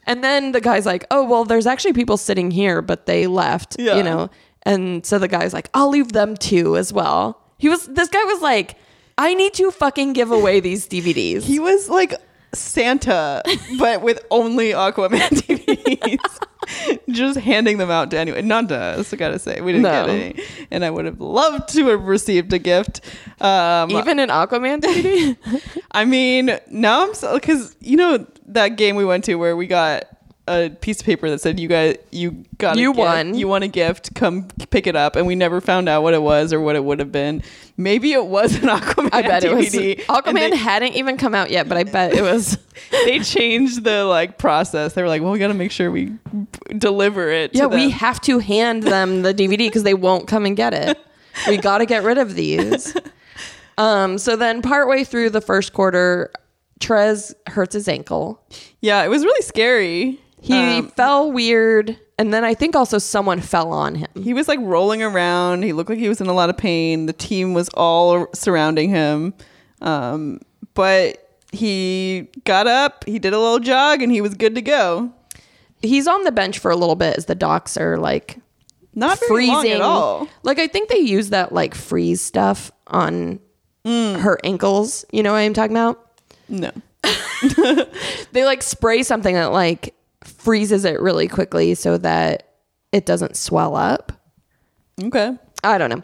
Speaker 1: And then the guy's like, Oh, well, there's actually people sitting here, but they left,
Speaker 2: Yeah.
Speaker 1: you know? And so the guy's like, I'll leave them too as well. He was, this guy was like, I need to fucking give away these DVDs.
Speaker 2: He was like Santa, but with only Aquaman DVDs. Just handing them out to anyone. Not to us, I gotta say. We didn't
Speaker 1: No.
Speaker 2: get any. And I would have loved to have received a gift. Um,
Speaker 1: Even an Aquaman DVD?
Speaker 2: I mean, now I'm so because you know that game we went to where we got a piece of paper that said you guys you got a
Speaker 1: You
Speaker 2: gift-
Speaker 1: won.
Speaker 2: you won a gift come pick it up and we never found out what it was or what it would have been maybe it was an Aquaman
Speaker 1: I bet it was.
Speaker 2: DVD, and
Speaker 1: Aquaman
Speaker 2: they-
Speaker 1: hadn't even come out yet, but I bet it was.
Speaker 2: they changed the like process. They were like, well, we got to make sure we deliver it. to
Speaker 1: yeah, we
Speaker 2: them.
Speaker 1: have to hand them the DVD because they won't come and get it. We got to get rid of these. Um, so then, partway through the first quarter, Trez hurts his ankle.
Speaker 2: yeah, it was really scary. Um,
Speaker 1: He fell weird, and then I think also someone fell on him.
Speaker 2: He was like rolling around. He looked like he was in a lot of pain. The team was all surrounding him, um, but he got up. He did a little jog, and he was good to go.
Speaker 1: He's on the bench for a little bit as the docs are like
Speaker 2: Not very
Speaker 1: freezing
Speaker 2: long at all.
Speaker 1: Like I think they use that like freeze stuff on
Speaker 2: Mm.
Speaker 1: her ankles. You know what I'm talking about?
Speaker 2: No.
Speaker 1: they like spray something that like freezes it really quickly so that it doesn't swell up.
Speaker 2: Okay.
Speaker 1: I don't know.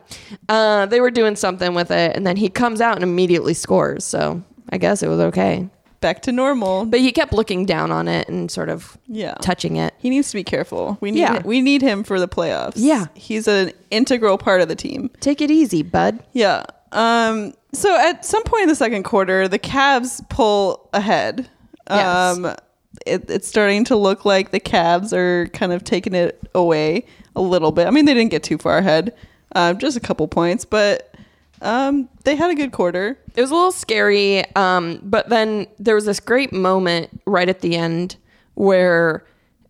Speaker 1: Uh, they were doing something with it, and then he comes out and immediately scores. So I guess it was okay.
Speaker 2: Back to normal.
Speaker 1: But he kept looking down on it and sort of
Speaker 2: Yeah.
Speaker 1: touching it.
Speaker 2: he needs to be careful. We need
Speaker 1: Yeah.
Speaker 2: we need him for the playoffs.
Speaker 1: Yeah.
Speaker 2: He's an integral part of the team.
Speaker 1: Take it easy, bud.
Speaker 2: Yeah. Um, so at some point in the second quarter, the Cavs pull ahead.
Speaker 1: Yes.
Speaker 2: Um, it, it's starting to look like the Cavs are kind of taking it away a little bit. I mean, they didn't get too far ahead, uh, just a couple points, but um, they had a good quarter.
Speaker 1: It was a little scary, um, but then there was this great moment right at the end where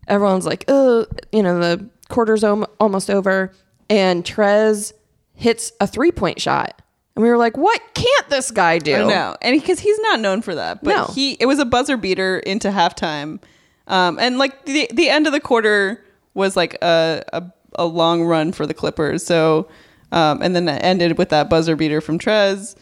Speaker 1: everyone's like, "Oh, you know, the quarter's om- almost over," and Trez hits a three-point shot, and we were like, "What can't this guy do?"
Speaker 2: No, and because he's not known for that, but
Speaker 1: Oh. No.
Speaker 2: he it was a buzzer beater into halftime, um, and like the the end of the quarter was like a a, a long run for the Clippers. So, um, and then it ended with that buzzer beater from Trez.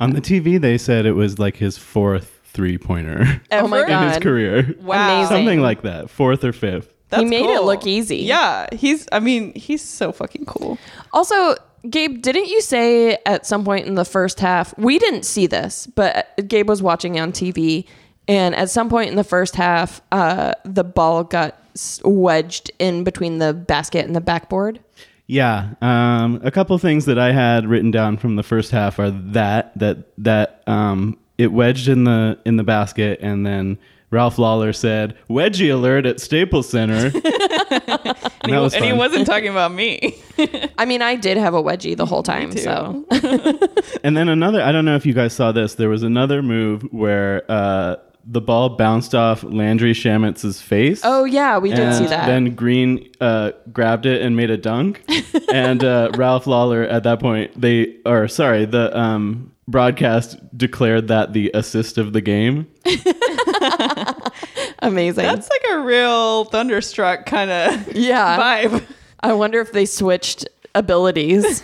Speaker 10: On the TV, they said it was like his fourth three pointer
Speaker 1: Oh my
Speaker 2: Ever?
Speaker 10: in
Speaker 1: God.
Speaker 10: his career.
Speaker 1: Wow. Amazing.
Speaker 10: Something like that, fourth or fifth.
Speaker 1: He made it look easy.
Speaker 2: Yeah, he's. I mean, he's so fucking cool.
Speaker 1: Also, Gabe, didn't you say at some point in the first half, we didn't see this, but Gabe was watching on TV, and at some point in the first half, uh, the ball got s- wedged in between the basket and the backboard?
Speaker 10: Yeah. Um, a couple things that I had written down from the first half are that that that um, it wedged in the in the basket, and then Ralph Lawler said "Wedgie alert" at Staples Center. and that was
Speaker 2: And he
Speaker 10: fun.
Speaker 2: wasn't talking about me.
Speaker 1: I mean, I did have a wedgie the whole time, so
Speaker 10: And then another, I don't know if you guys saw this, there was another move where uh, the ball bounced off Landry Shamitz's face.
Speaker 1: oh yeah, we did
Speaker 10: and
Speaker 1: see that.
Speaker 10: Then Green uh, grabbed it and made a dunk. and uh, Ralph Lawler, at that point, they or sorry, the um, broadcast declared that the assist of the game.
Speaker 1: Amazing.
Speaker 2: That's like a real thunderstruck kind of
Speaker 1: yeah.
Speaker 2: vibe.
Speaker 1: I wonder if they switched abilities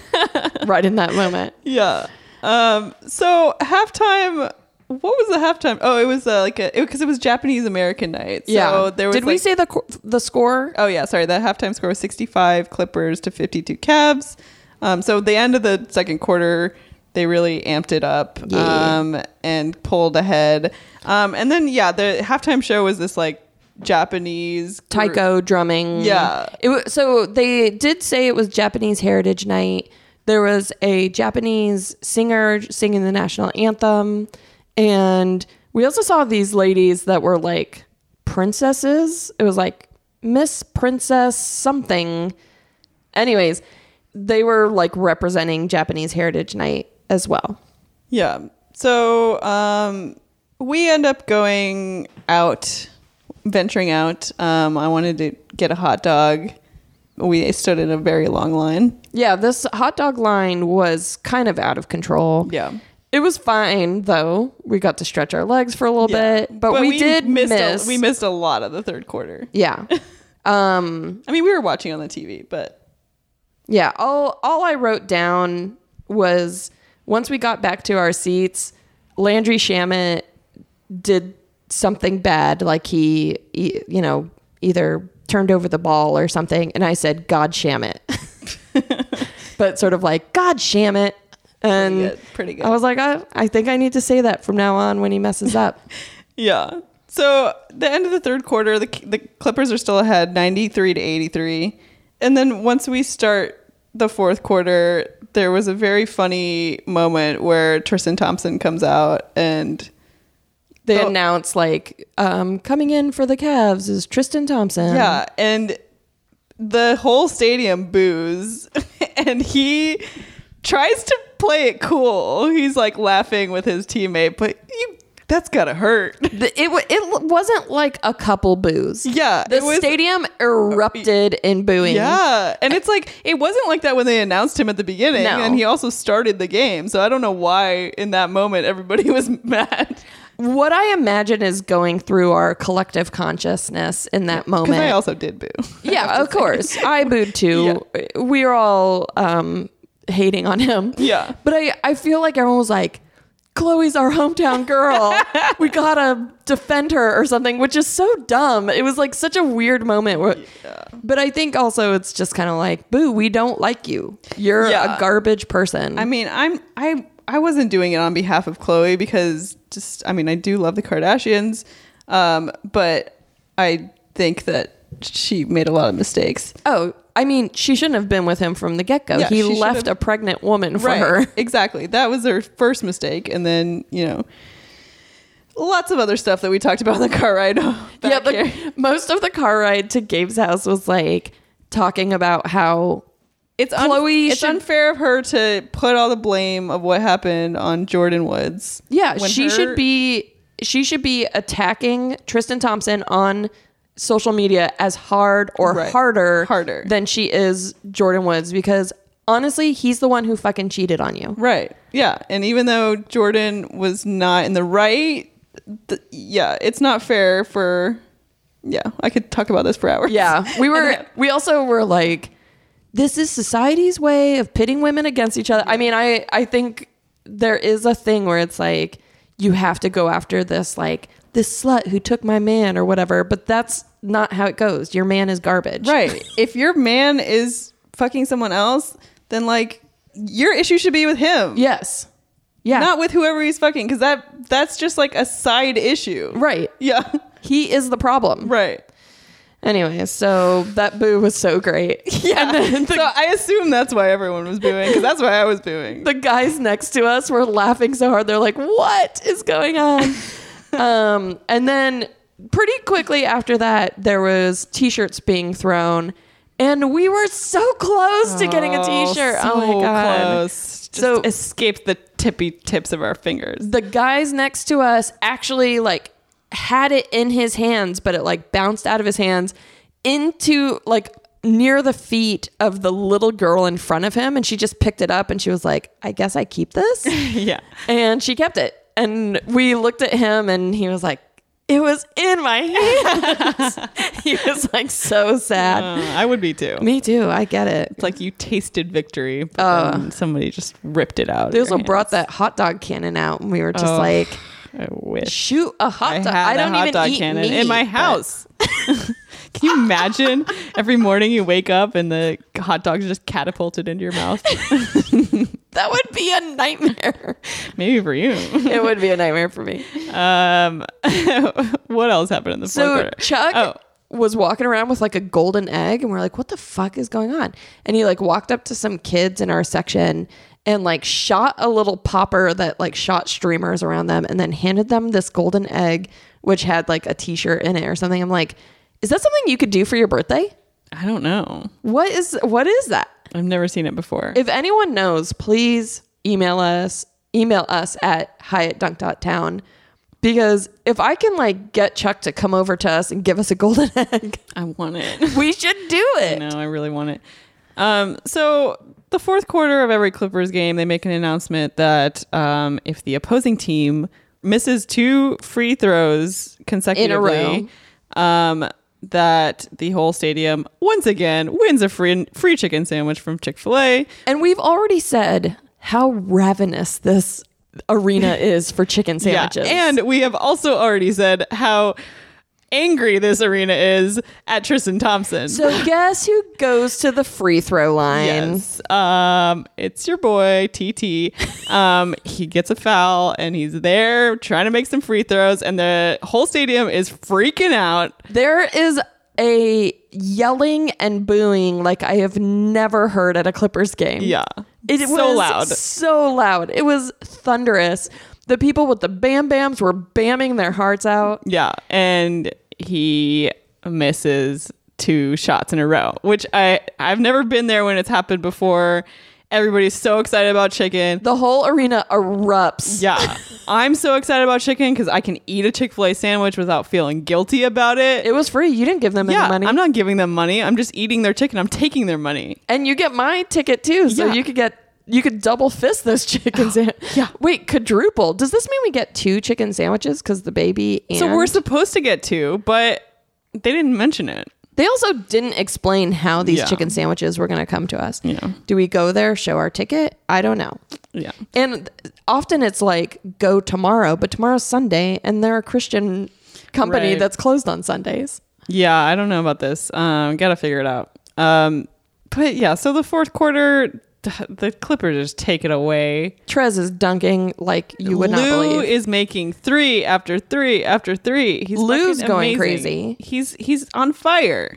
Speaker 1: right in that moment.
Speaker 2: Yeah. Um, so halftime. What was the halftime? Oh, it was uh, like a because it, was Japanese American night. So
Speaker 1: yeah.
Speaker 2: There was
Speaker 1: did we
Speaker 2: like-
Speaker 1: say the co- the score?
Speaker 2: Oh yeah, sorry. The halftime score was 65 Clippers to 52 Cavs. Um, so the end of the second quarter, they really amped it up um, and pulled ahead. Um, and then yeah, the halftime show was this like Japanese group-
Speaker 1: taiko drumming.
Speaker 2: Yeah.
Speaker 1: It wa so they did say it was Japanese Heritage Night. There was a Japanese singer singing the national anthem, and we also saw these ladies that were like princesses. It was like Miss Princess something. Anyways, they were like representing Japanese Heritage Night as well.
Speaker 2: Yeah. So um, we end up going out, venturing out. Um, I wanted to get a hot dog. We stood in a very long line.
Speaker 1: Yeah, this hot dog line was kind of out of control.
Speaker 2: Yeah.
Speaker 1: It was fine though. We got to stretch our legs for a little bit, but, we, did
Speaker 2: missed
Speaker 1: miss.
Speaker 2: A, we missed a lot of the third quarter.
Speaker 1: Yeah. Um,
Speaker 2: I mean, we were watching on the TV, but
Speaker 1: Yeah, all all I wrote down was once we got back to our seats, Landry Shamit did something bad, like he, e- you know, either turned over the ball or something, and I said, "God Shamit," but sort of like "God Shamit," and
Speaker 2: Pretty good, pretty good.
Speaker 1: I was like, I, I think I need to say that from now on when he messes up.
Speaker 2: yeah. So the end of the third quarter, the the Clippers are still ahead, ninety three to eighty three, and then once we start the fourth quarter, there was a very funny moment where Tristan Thompson comes out and
Speaker 1: They
Speaker 2: Oh.
Speaker 1: announced like um, coming in for the Cavs is Tristan Thompson.
Speaker 2: Yeah, and the whole stadium boos, and he tries to play it cool. He's like laughing with his teammate, but you, that's gotta hurt.
Speaker 1: The- it wa- it l- wasn't like a couple boos.
Speaker 2: Yeah,
Speaker 1: the
Speaker 2: it was-
Speaker 1: stadium erupted in booing.
Speaker 2: Yeah, and it's like it wasn't like that when they announced him at the beginning,
Speaker 1: No.
Speaker 2: and he also started the game. So I don't know why in that moment everybody was mad.
Speaker 1: what I imagine is going through our collective consciousness in that
Speaker 2: Because
Speaker 1: moment.
Speaker 2: I also did boo.
Speaker 1: yeah, of course, I booed too. We are all um, hating on him.
Speaker 2: Yeah.
Speaker 1: but I I feel like everyone was like. Chloe's our hometown girl. we gotta defend her or something, which is so dumb. It was like such a weird moment. Where, But I think also it's just kind of like, boo, we don't like you. You're
Speaker 2: Yeah.
Speaker 1: a garbage person.
Speaker 2: I mean, I'm I I wasn't doing it on behalf of Chloe because just I mean, I do love the Kardashians, um, but I think that she made a lot of mistakes.
Speaker 1: Oh, I mean, she shouldn't have been with him from the get go.
Speaker 2: Yeah,
Speaker 1: he
Speaker 2: she should
Speaker 1: left a
Speaker 2: have-
Speaker 1: pregnant woman for her.
Speaker 2: Exactly. That was her first mistake and then, you know, lots of other stuff that we talked about in the car ride.
Speaker 1: Yeah,
Speaker 2: back
Speaker 1: the,
Speaker 2: here.
Speaker 1: most of the car ride to Gabe's house was like talking about how
Speaker 2: It's un-
Speaker 1: Chloe
Speaker 2: it's
Speaker 1: should-
Speaker 2: unfair of her to put all the blame of what happened on Jordan Woods.
Speaker 1: yeah,
Speaker 2: when
Speaker 1: she
Speaker 2: her-
Speaker 1: should be she should be attacking Tristan Thompson on social media as hard or
Speaker 2: Right.
Speaker 1: harder
Speaker 2: Harder.
Speaker 1: than she is Jordan Woods because honestly, he's the one who fucking cheated on you.
Speaker 2: Right. Yeah. And even though Jordan was not in the right, th- yeah, it's not fair for Yeah, I could talk about this for hours.
Speaker 1: Yeah, we were. we also were like, this is society's way of pitting women against each other. I mean, I I think there is a thing where it's like you have to go after this like this slut who took my man or whatever, but that's not how it goes. Your man is garbage.
Speaker 2: Right. if your man is fucking someone else, then like your issue should be with him.
Speaker 1: Yes. Yeah.
Speaker 2: Not with whoever he's fucking cuz that that's just like a side issue.
Speaker 1: right.
Speaker 2: Yeah.
Speaker 1: He is the problem.
Speaker 2: Right.
Speaker 1: Anyway, so that boo was so great. Yeah. And then the,
Speaker 2: so I assume that's why everyone was booing cuz that's why I was booing.
Speaker 1: the guys next to us were laughing so hard. They're like, what is going on? um, and then pretty quickly after that, there was t-shirts being thrown. And we were so close to getting a t-shirt. oh my God. So-
Speaker 2: so escaped the tippy tips of our fingers.
Speaker 1: the guys next to us actually like had it in his hands, but it like bounced out of his hands into like near the feet of the little girl in front of him. And she just picked it up and she was like, I guess I keep this.
Speaker 2: Yeah.
Speaker 1: and she kept it. And we looked at him and he was like, it was in my hands. he was like so sad.
Speaker 2: Uh, I would be too.
Speaker 1: Me too. Uh. I get it.
Speaker 2: It's like you tasted victory, but then somebody just ripped it out. of
Speaker 1: They
Speaker 2: your Oh.
Speaker 1: also
Speaker 2: hand.
Speaker 1: brought that hot dog cannon out and we were just like,
Speaker 2: I wish.
Speaker 1: shoot a hot dog. I don't even eat meat,
Speaker 2: in my
Speaker 1: but-
Speaker 2: house. Can you imagine? Every morning you wake up and the hot dog's just catapulted into your mouth.
Speaker 1: That would be a nightmare.
Speaker 2: Maybe for you.
Speaker 1: it would be a nightmare for me.
Speaker 2: Um, what else happened in the fourth
Speaker 1: So
Speaker 2: quarter?
Speaker 1: Chuck
Speaker 2: Oh,
Speaker 1: was walking around with like a golden egg, and we're like, "What the fuck is going on?" And he like walked up to some kids in our section and like shot a little popper that like shot streamers around them, and then handed them this golden egg, which had like a T-shirt in it or something. I'm like, "Is that something you could do for your birthday?
Speaker 2: I don't know.
Speaker 1: What is what is that?"
Speaker 2: I've never seen it before.
Speaker 1: If anyone knows, please email us. Email us at hyattdunk.town because if I can like get Chuck to come over to us and give us a golden egg,
Speaker 2: I want it.
Speaker 1: we should do it.
Speaker 2: No, I really want it. Um, so the fourth quarter of every Clippers game, they make an announcement that um, if the opposing team misses two free throws consecutively, Um, that the whole stadium once again wins a free free chicken sandwich from Chick Fil A.
Speaker 1: And we've already said how ravenous this arena is for chicken sandwiches.
Speaker 2: and we have also already said how angry this arena is at Tristan Thompson.
Speaker 1: so guess who goes to the free throw line?
Speaker 2: Yes. Um, it's your boy TT. Um, he gets a foul and he's there trying to make some free throws, and the whole stadium is freaking out.
Speaker 1: There is a yelling and booing like I have never heard at a Clippers game.
Speaker 2: Yeah.
Speaker 1: It
Speaker 2: so
Speaker 1: was
Speaker 2: loud.
Speaker 1: So loud. It was thunderous. The people with the bam bams were bamming their hearts out.
Speaker 2: Yeah, and he misses two shots in a row, which I I've never been there when it's happened before. Everybody's so excited about chicken.
Speaker 1: The whole arena erupts.
Speaker 2: Yeah, I'm so excited about chicken because I can eat a Chick Fil A sandwich without feeling guilty about it.
Speaker 1: It was free. You didn't give them
Speaker 2: yeah,
Speaker 1: any money.
Speaker 2: I'm not giving them money. I'm just eating their chicken. I'm taking their money.
Speaker 1: and you get my ticket too. So
Speaker 2: Yeah.
Speaker 1: you could get you could double fist those chicken sandwiches.
Speaker 2: yeah.
Speaker 1: Wait, quadruple. Does this mean we get two chicken sandwiches because the baby and
Speaker 2: So we're supposed to get two, but they didn't mention it.
Speaker 1: They also didn't explain how these
Speaker 2: Yeah.
Speaker 1: chicken sandwiches were going to come to us. Do we go there, show our ticket? I don't know.
Speaker 2: Yeah.
Speaker 1: And th- often it's like go tomorrow, but tomorrow's Sunday, and they're a Christian company
Speaker 2: Right.
Speaker 1: that's closed on Sundays.
Speaker 2: Yeah, I don't know about this. Um, gotta figure it out. Um, but yeah, so the fourth quarter, the Clippers just take it away.
Speaker 1: Trez is dunking like you would not
Speaker 2: Lou
Speaker 1: believe.
Speaker 2: is making three after three after three. He's
Speaker 1: Lou's
Speaker 2: fucking
Speaker 1: going
Speaker 2: amazing.
Speaker 1: crazy.
Speaker 2: He's he's on fire.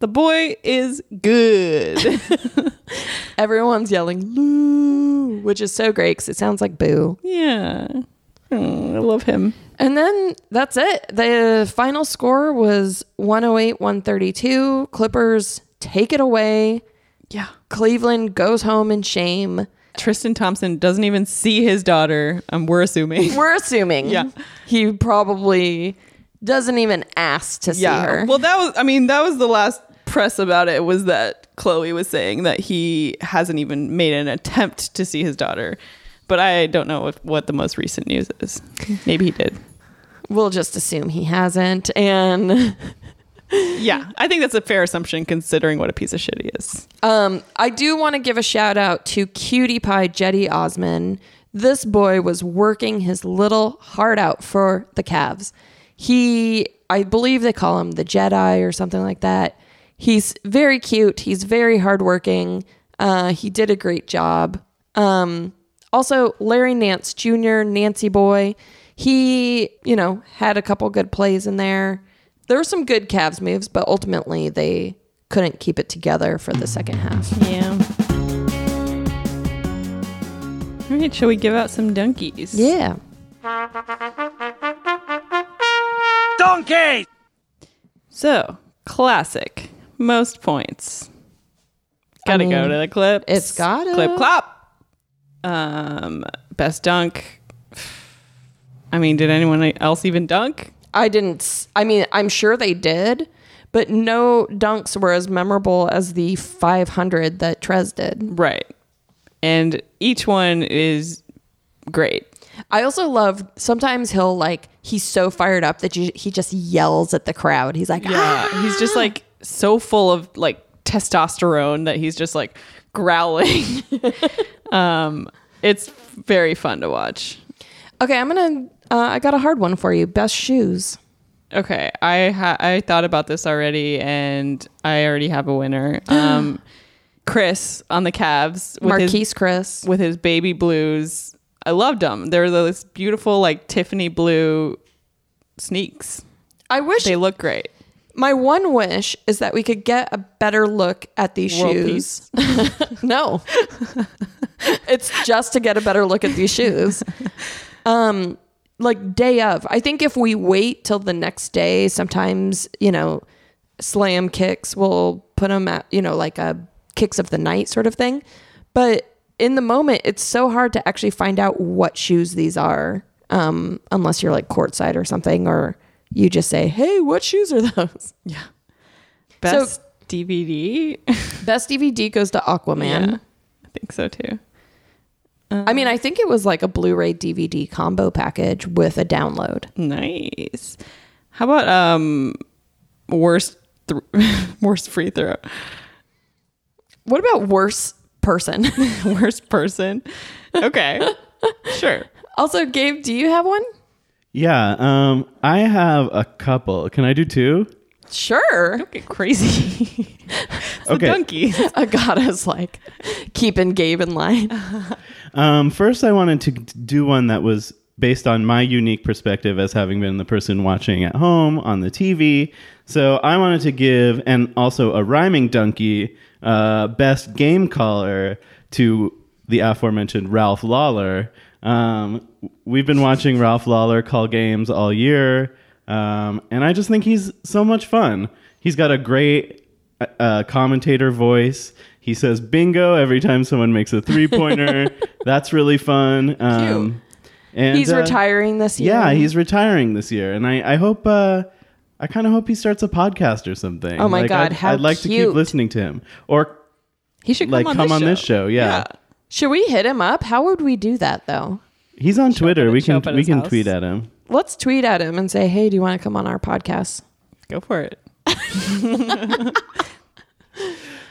Speaker 2: The boy is good.
Speaker 1: Everyone's yelling Lou, which is so great because it sounds like boo.
Speaker 2: yeah, Mm, I love him.
Speaker 1: And then that's it. The final score was 108 132. Clippers take it away.
Speaker 2: Yeah,
Speaker 1: Cleveland goes home in shame.
Speaker 2: Tristan Thompson doesn't even see his daughter. Um, we're assuming.
Speaker 1: We're assuming
Speaker 2: Yeah.
Speaker 1: he probably doesn't even ask to see her.
Speaker 2: Well, that was I mean, that was the last press about it was that Chloe was saying that he hasn't even made an attempt to see his daughter. But I don't know what, what the most recent news is. Maybe he did.
Speaker 1: we'll just assume he hasn't. And
Speaker 2: Yeah, I think that's a fair assumption considering what a piece of shit he is.
Speaker 1: Um, I do want to give a shout out to cutie pie Jetty Osman. This boy was working his little heart out for the Cavs. He, I believe they call him the Jedi or something like that. He's very cute. He's very hardworking. Uh, he did a great job. Um, also, Larry Nance Jr., Nancy Boy, he, you know, had a couple good plays in there. There were some good Cavs moves, but ultimately they couldn't keep it together for the second half.
Speaker 2: Yeah. All right, shall we give out some donkeys?
Speaker 1: Yeah.
Speaker 7: Donkey!
Speaker 2: So, classic. Most points. Gotta
Speaker 1: mean,
Speaker 2: go to the clips.
Speaker 1: it's gotta.
Speaker 2: Clip clop. Um, best dunk. I mean, did anyone else even dunk?
Speaker 1: I didn't. s- I mean, I'm sure they did, but no dunks were as memorable as the 500 that Trez did.
Speaker 2: Right. And each one is great.
Speaker 1: I also love sometimes he'll like he's so fired up that you, he just yells at the crowd. He's like, "Ah!"
Speaker 2: Yeah. Uh, He's just like so full of like testosterone that he's just like growling. um, it's very fun to watch.
Speaker 1: okay, I'm gonna. Uh, I got a hard one for you. Best shoes.
Speaker 2: Okay, I ha- I thought about this already, and I already have a winner. Um, Chris on the Cavs with
Speaker 1: Marquise
Speaker 2: his
Speaker 1: Chris.
Speaker 2: with his baby blues. I loved them. They're this beautiful like Tiffany blue sneaks.
Speaker 1: I wish
Speaker 2: They look great.
Speaker 1: my one wish is that we could get a better look at these
Speaker 2: World
Speaker 1: shoes. no, it's just to get a better look at these shoes. Um, like day of, I think if we wait till the next day, sometimes you know, slam kicks will put them at you know like a kicks of the night sort of thing. But in the moment, it's so hard to actually find out what shoes these are, um, unless you're like courtside or something, or you just say, "Hey, what shoes are those?"
Speaker 2: Best DVD. I
Speaker 1: Best DVD goes to Aquaman.
Speaker 2: think so too.
Speaker 1: I mean, I think it was like a Blu-ray DVD combo package with a download.
Speaker 2: Nice. How about um worst th- worst free throw,
Speaker 1: What about worse person?
Speaker 2: worst person? Okay, sure.
Speaker 1: also, Gabe, do you have one?
Speaker 10: Yeah, um, I have a couple. Can I do two?
Speaker 1: Sure.
Speaker 2: Get crazy.
Speaker 10: okay.
Speaker 2: Donkey.
Speaker 1: A goddess like keeping Gabe in line.
Speaker 10: Um, first, I wanted to do one that was based on my unique perspective as having been the person watching at home on the TV. So I wanted to give, and also a rhyming donkey, uh, best game caller to the aforementioned Ralph Lawler. Um, we've been watching Ralph Lawler call games all year, um, and I just think he's so much fun. He's got a great uh, commentator voice. He says bingo every time someone makes a three pointer. That's really fun. Um, and,
Speaker 1: He's
Speaker 10: uh,
Speaker 1: retiring this year.
Speaker 10: Yeah, he's retiring this year, and I, I hope uh, I kind of hope he starts a podcast or something.
Speaker 1: Oh my
Speaker 10: Like,
Speaker 1: God,
Speaker 10: I'd,
Speaker 1: how
Speaker 10: I'd like to
Speaker 1: cute.
Speaker 10: keep listening to him, or
Speaker 2: He should
Speaker 10: like come on this show. Yeah,
Speaker 1: Should we hit him up? How would we do that though?
Speaker 10: he's on Twitter. We
Speaker 2: show
Speaker 10: can
Speaker 2: up at
Speaker 10: we
Speaker 2: his
Speaker 10: can
Speaker 2: house.
Speaker 10: tweet at him.
Speaker 1: Let's tweet at him and say, "Hey, do you want to come on our podcast?"
Speaker 2: Go for it.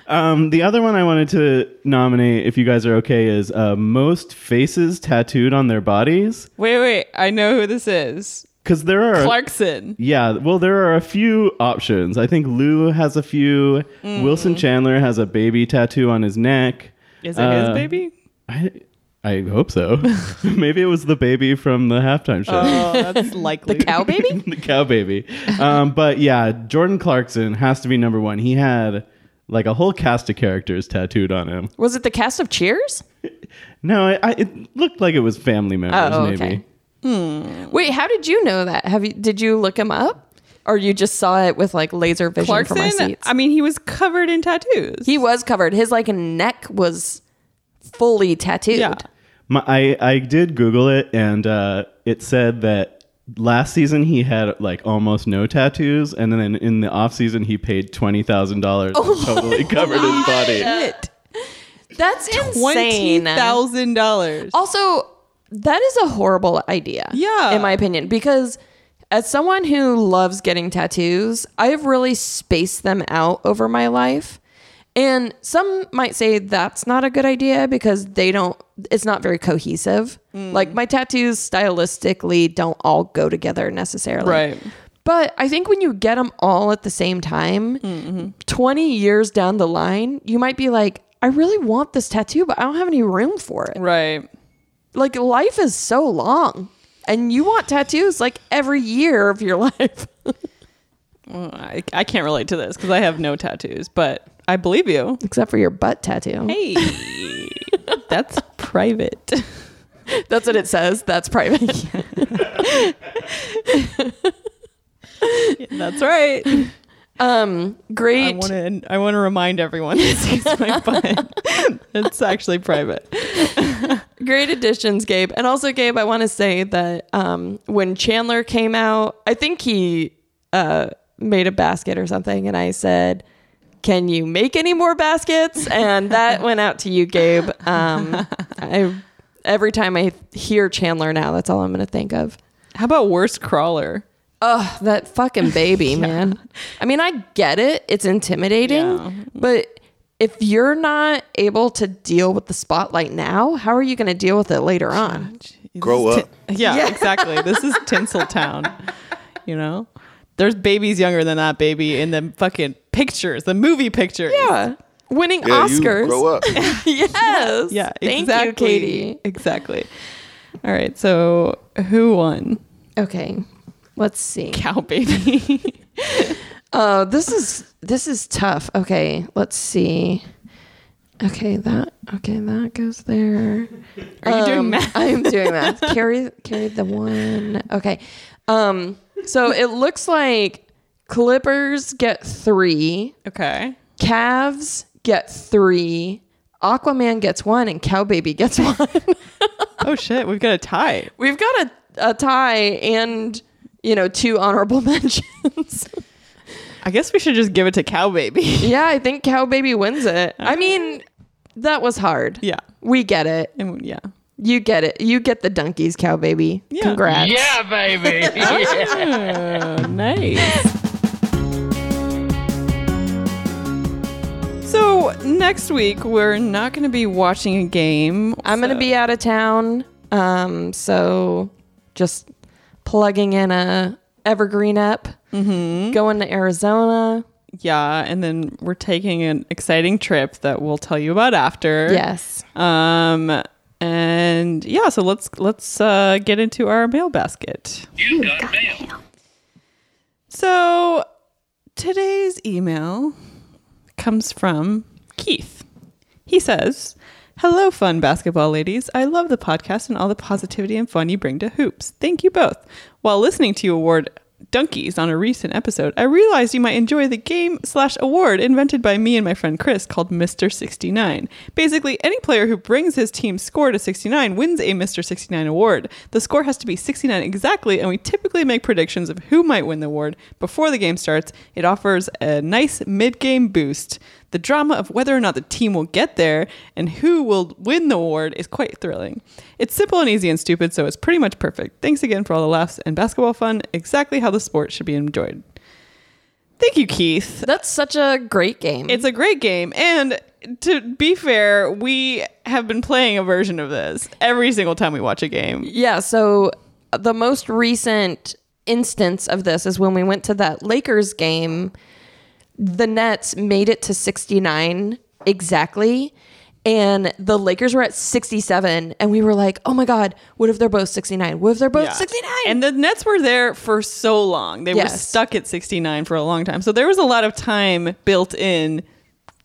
Speaker 10: Um, the other one I wanted to nominate, if you guys are okay, is uh, most faces tattooed on their bodies
Speaker 2: Wait, wait. I know who this is.
Speaker 10: because there are
Speaker 2: Clarkson.
Speaker 10: Yeah, well, there are a few options. I think Lou has a few.
Speaker 1: Mm-hmm.
Speaker 10: Wilson Chandler has a baby tattoo on his neck.
Speaker 2: Is it
Speaker 10: Uh,
Speaker 2: his baby?
Speaker 10: I, I hope so. Maybe it was the baby from the halftime show,
Speaker 2: Oh, that's likely.
Speaker 1: Cow baby?
Speaker 10: the cow baby. Um, but yeah, Jordan Clarkson has to be number one. He had like a whole cast of characters tattooed on him.
Speaker 1: Was it the cast of Cheers?
Speaker 10: No, I, I, it looked like it was family members.
Speaker 1: Oh,
Speaker 10: maybe.
Speaker 1: okay. Wait, how did you know that? Have you did you look him up, or you just saw it with like laser vision from our
Speaker 2: Clarkson.
Speaker 1: seats?
Speaker 2: I mean, he was covered in tattoos.
Speaker 1: He was covered. His like neck was fully tattooed.
Speaker 2: yeah.
Speaker 10: My, I, I did Google it, and uh, it said that last season he had like almost no tattoos, and then in the off season he paid twenty thousand dollars totally covered his body.
Speaker 1: That's
Speaker 2: Twenty
Speaker 1: insane.
Speaker 2: thousand dollars.
Speaker 1: Also, that is a horrible idea.
Speaker 2: Yeah.
Speaker 1: In my opinion, because As someone who loves getting tattoos, I have really spaced them out over my life. And some might say that's not a good idea because they don't, it's not very cohesive.
Speaker 2: Mm.
Speaker 1: Like my tattoos stylistically don't all go together necessarily.
Speaker 2: Right.
Speaker 1: But I think when you get them all at the same time,
Speaker 2: Mm-hmm.
Speaker 1: 20 years down the line, you might be like, I really want this tattoo, but I don't have any room for it.
Speaker 2: Right.
Speaker 1: Like life is so long and you want tattoos like every year of your life.
Speaker 2: I, I can't relate to this because I have no tattoos, but I believe you.
Speaker 1: Except for your butt tattoo.
Speaker 2: Hey, that's private.
Speaker 1: That's what it says. That's private.
Speaker 2: That's right. I
Speaker 1: Um, Great.
Speaker 2: want to. I want to remind everyone this is my butt. it's actually private.
Speaker 1: Great additions, Gabe. And also, Gabe, I want to say that um, when Chandler came out, I think he uh, made a basket or something, and I said, "Can you make any more baskets?" And that went out to you, Gabe. Um, I every time I hear Chandler now, that's all I'm going to think of.
Speaker 2: How about worst crawler?
Speaker 1: Ugh, that fucking baby, man. I mean, I get it. It's intimidating,
Speaker 2: Yeah.
Speaker 1: but if you're not able to deal with the spotlight now, how are you going to deal with it later on?
Speaker 6: Grow up.
Speaker 2: Yeah, exactly. This is Tinseltown. You know, there's babies younger than that baby in the fucking pictures, the movie pictures.
Speaker 1: Yeah. Winning
Speaker 6: Yeah, you
Speaker 1: Oscars.
Speaker 6: grow up.
Speaker 1: Yes.
Speaker 2: Yeah,
Speaker 1: Thank
Speaker 2: exactly.
Speaker 1: you, Katie.
Speaker 2: Exactly. All right. So who won?
Speaker 1: Okay. Let's see.
Speaker 2: Cow baby.
Speaker 1: Oh, this is this is tough. Okay, let's see. Okay, that okay, that goes there. Um,
Speaker 2: Are you doing math?
Speaker 1: I am doing math. carry carry the one. Okay. Um so it looks like Clippers get 3,
Speaker 2: Okay.
Speaker 1: Cavs get 3, Aquaman gets 1 and Cowbaby gets 1.
Speaker 2: Oh shit, we've got a tie.
Speaker 1: We've got a, a tie and you know two honorable mentions.
Speaker 2: I guess we should just give it to cow baby.
Speaker 1: yeah, I think Cow Baby wins it. I mean, that was hard.
Speaker 2: yeah.
Speaker 1: We get it.
Speaker 2: And yeah.
Speaker 1: You get it. You get the donkeys, Cow Baby.
Speaker 2: Yeah.
Speaker 1: Congrats.
Speaker 9: Yeah, baby.
Speaker 2: Nice. so next week we're not going to be watching a game.
Speaker 1: I'm going to be out of town. Um, so just plugging in a evergreen up, going to Arizona.
Speaker 2: yeah, and then we're taking an exciting trip that we'll tell you about after.
Speaker 1: Yes.
Speaker 2: Um. And yeah, so let's let's uh, get into our mail basket.
Speaker 5: You got mail.
Speaker 2: So today's email comes from Keith. He says, Hello, fun basketball ladies. I love the podcast and all the positivity and fun you bring to hoops. Thank you both. While listening to you award donkeys on a recent episode, I realized you might enjoy the game slash award invented by me and my friend Chris called Mr. 69. Basically, any player who brings his team's score to 69 wins a Mr. 69 award. The score has to be 69 exactly, and we typically make predictions of who might win the award before the game starts. It offers a nice mid game boost. The drama of whether or not the team will get there and who will win the award is quite thrilling. It's simple and easy and stupid, so it's pretty much perfect. Thanks again for all the laughs and basketball fun, exactly how the sport should be enjoyed. Thank you, Keith.
Speaker 1: That's such a great game.
Speaker 2: It's a great game, and to be fair, we have been playing a version of this every single time we watch a game.
Speaker 1: Yeah. So uh, the most recent instance of this is when we went to that Lakers game. The Nets made it to 69 exactly. And the Lakers were at 67. And we were like, oh my God, what if they're both 69? What if they're both
Speaker 2: Yeah.
Speaker 1: 69?
Speaker 2: And the Nets were there for so long. They were
Speaker 1: Yes.
Speaker 2: stuck at 69 for a long time. So there was a lot of time built in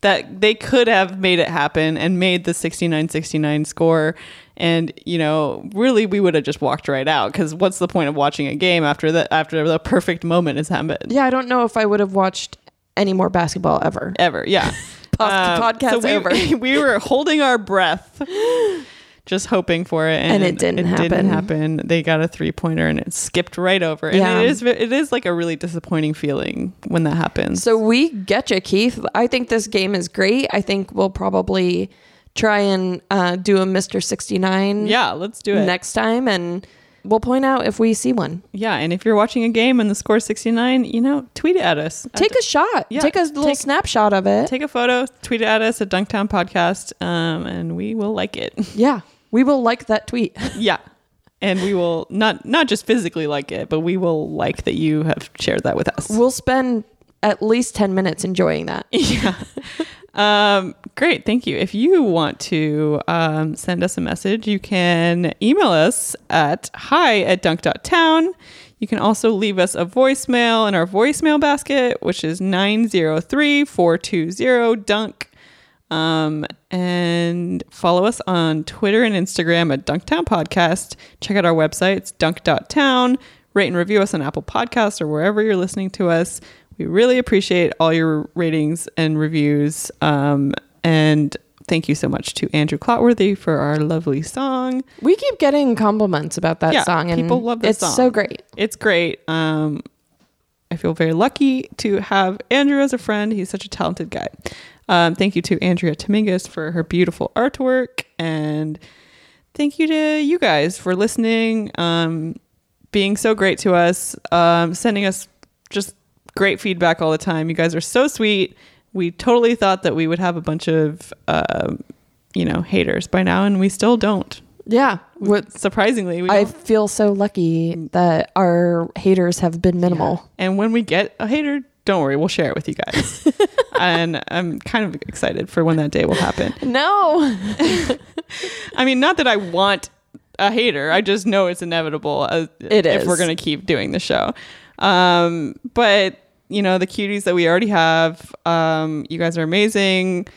Speaker 2: that they could have made it happen and made the 69-69 score and you know really we would have just walked right out cuz what's the point of watching a game after the after the perfect moment has happened
Speaker 1: yeah, I don't know if I would have watched any more basketball ever.
Speaker 2: ever yeah
Speaker 1: Pod-
Speaker 2: Um,
Speaker 1: podcast
Speaker 2: so we,
Speaker 1: over.
Speaker 2: we were holding our breath, just hoping for it, and,
Speaker 1: And it didn't
Speaker 2: didn't
Speaker 1: happen.
Speaker 2: happen. They got a three pointer, and it skipped right over. And
Speaker 1: Yeah.
Speaker 2: it is ve- it is like a really disappointing feeling when that happens.
Speaker 1: So we get you, Keith. I think this game is great. I think we'll probably try and uh, do a Mr. 69
Speaker 2: yeah, let's do it.
Speaker 1: next time and We'll point out if we see one.
Speaker 2: Yeah, and if you're watching a game and the score's 69, you know, tweet it at us.
Speaker 1: Take a shot.
Speaker 2: Yeah,
Speaker 1: take a little
Speaker 2: take-
Speaker 1: snapshot of it.
Speaker 2: take a photo, tweet it at us at Dunktown Podcast, um, and we will like it.
Speaker 1: yeah. We will like that tweet.
Speaker 2: yeah, and we will not not just physically like it, but we will like that you have shared that with us.
Speaker 1: we'll spend at least 10 minutes enjoying that.
Speaker 2: Um, great, thank you. If you want to um, send us a message, you can email us at hi at dunk.town. You can also leave us a voicemail in our voicemail basket, which is 903 420 dunk. Um, and follow us on Twitter and Instagram at Dunktown Podcast. Check out our website, it's dunk.town. Rate and review us on Apple Podcasts or wherever you're listening to us. We really appreciate all your ratings and reviews. Um, and thank you so much to Andrew Clotworthy for our lovely song.
Speaker 1: We keep getting compliments about that song, and
Speaker 2: people love this
Speaker 1: it's
Speaker 2: song.
Speaker 1: so great.
Speaker 2: It's great. Um, I feel very lucky to have Andrew as a friend. He's such a talented guy. Um, thank you to Andrea Dominguez for her beautiful artwork, and thank you to you guys for listening, um, being so great to us, um, sending us just great feedback all the time. You guys are so sweet. We totally thought that we would have a bunch of, um, you know, haters by now, and we still don't.
Speaker 1: Yeah. What,
Speaker 2: Surprisingly, we
Speaker 1: I
Speaker 2: don't.
Speaker 1: feel so lucky that our haters have been minimal.
Speaker 2: And when we get a hater, don't worry, we'll share it with you guys. and I'm kind of excited for when that day will happen.
Speaker 1: No.
Speaker 2: I mean, not that I want a hater, I just know it's inevitable uh,
Speaker 1: It
Speaker 2: if
Speaker 1: is.
Speaker 2: we're going to keep doing the show. Um, but, you know, the cuties that we already have, um, you guys are amazing.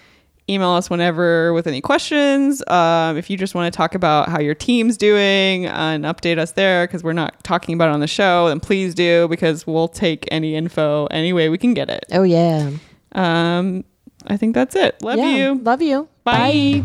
Speaker 2: Email us whenever with any questions. Um, if you just want to talk about how your team's doing and update us there because we're not talking about it on the show, then please do because we'll take any info any way we can get it.
Speaker 1: Oh, yeah.
Speaker 2: Um, I think that's it. Love
Speaker 1: Yeah.
Speaker 2: you.
Speaker 1: Love you.
Speaker 2: Bye.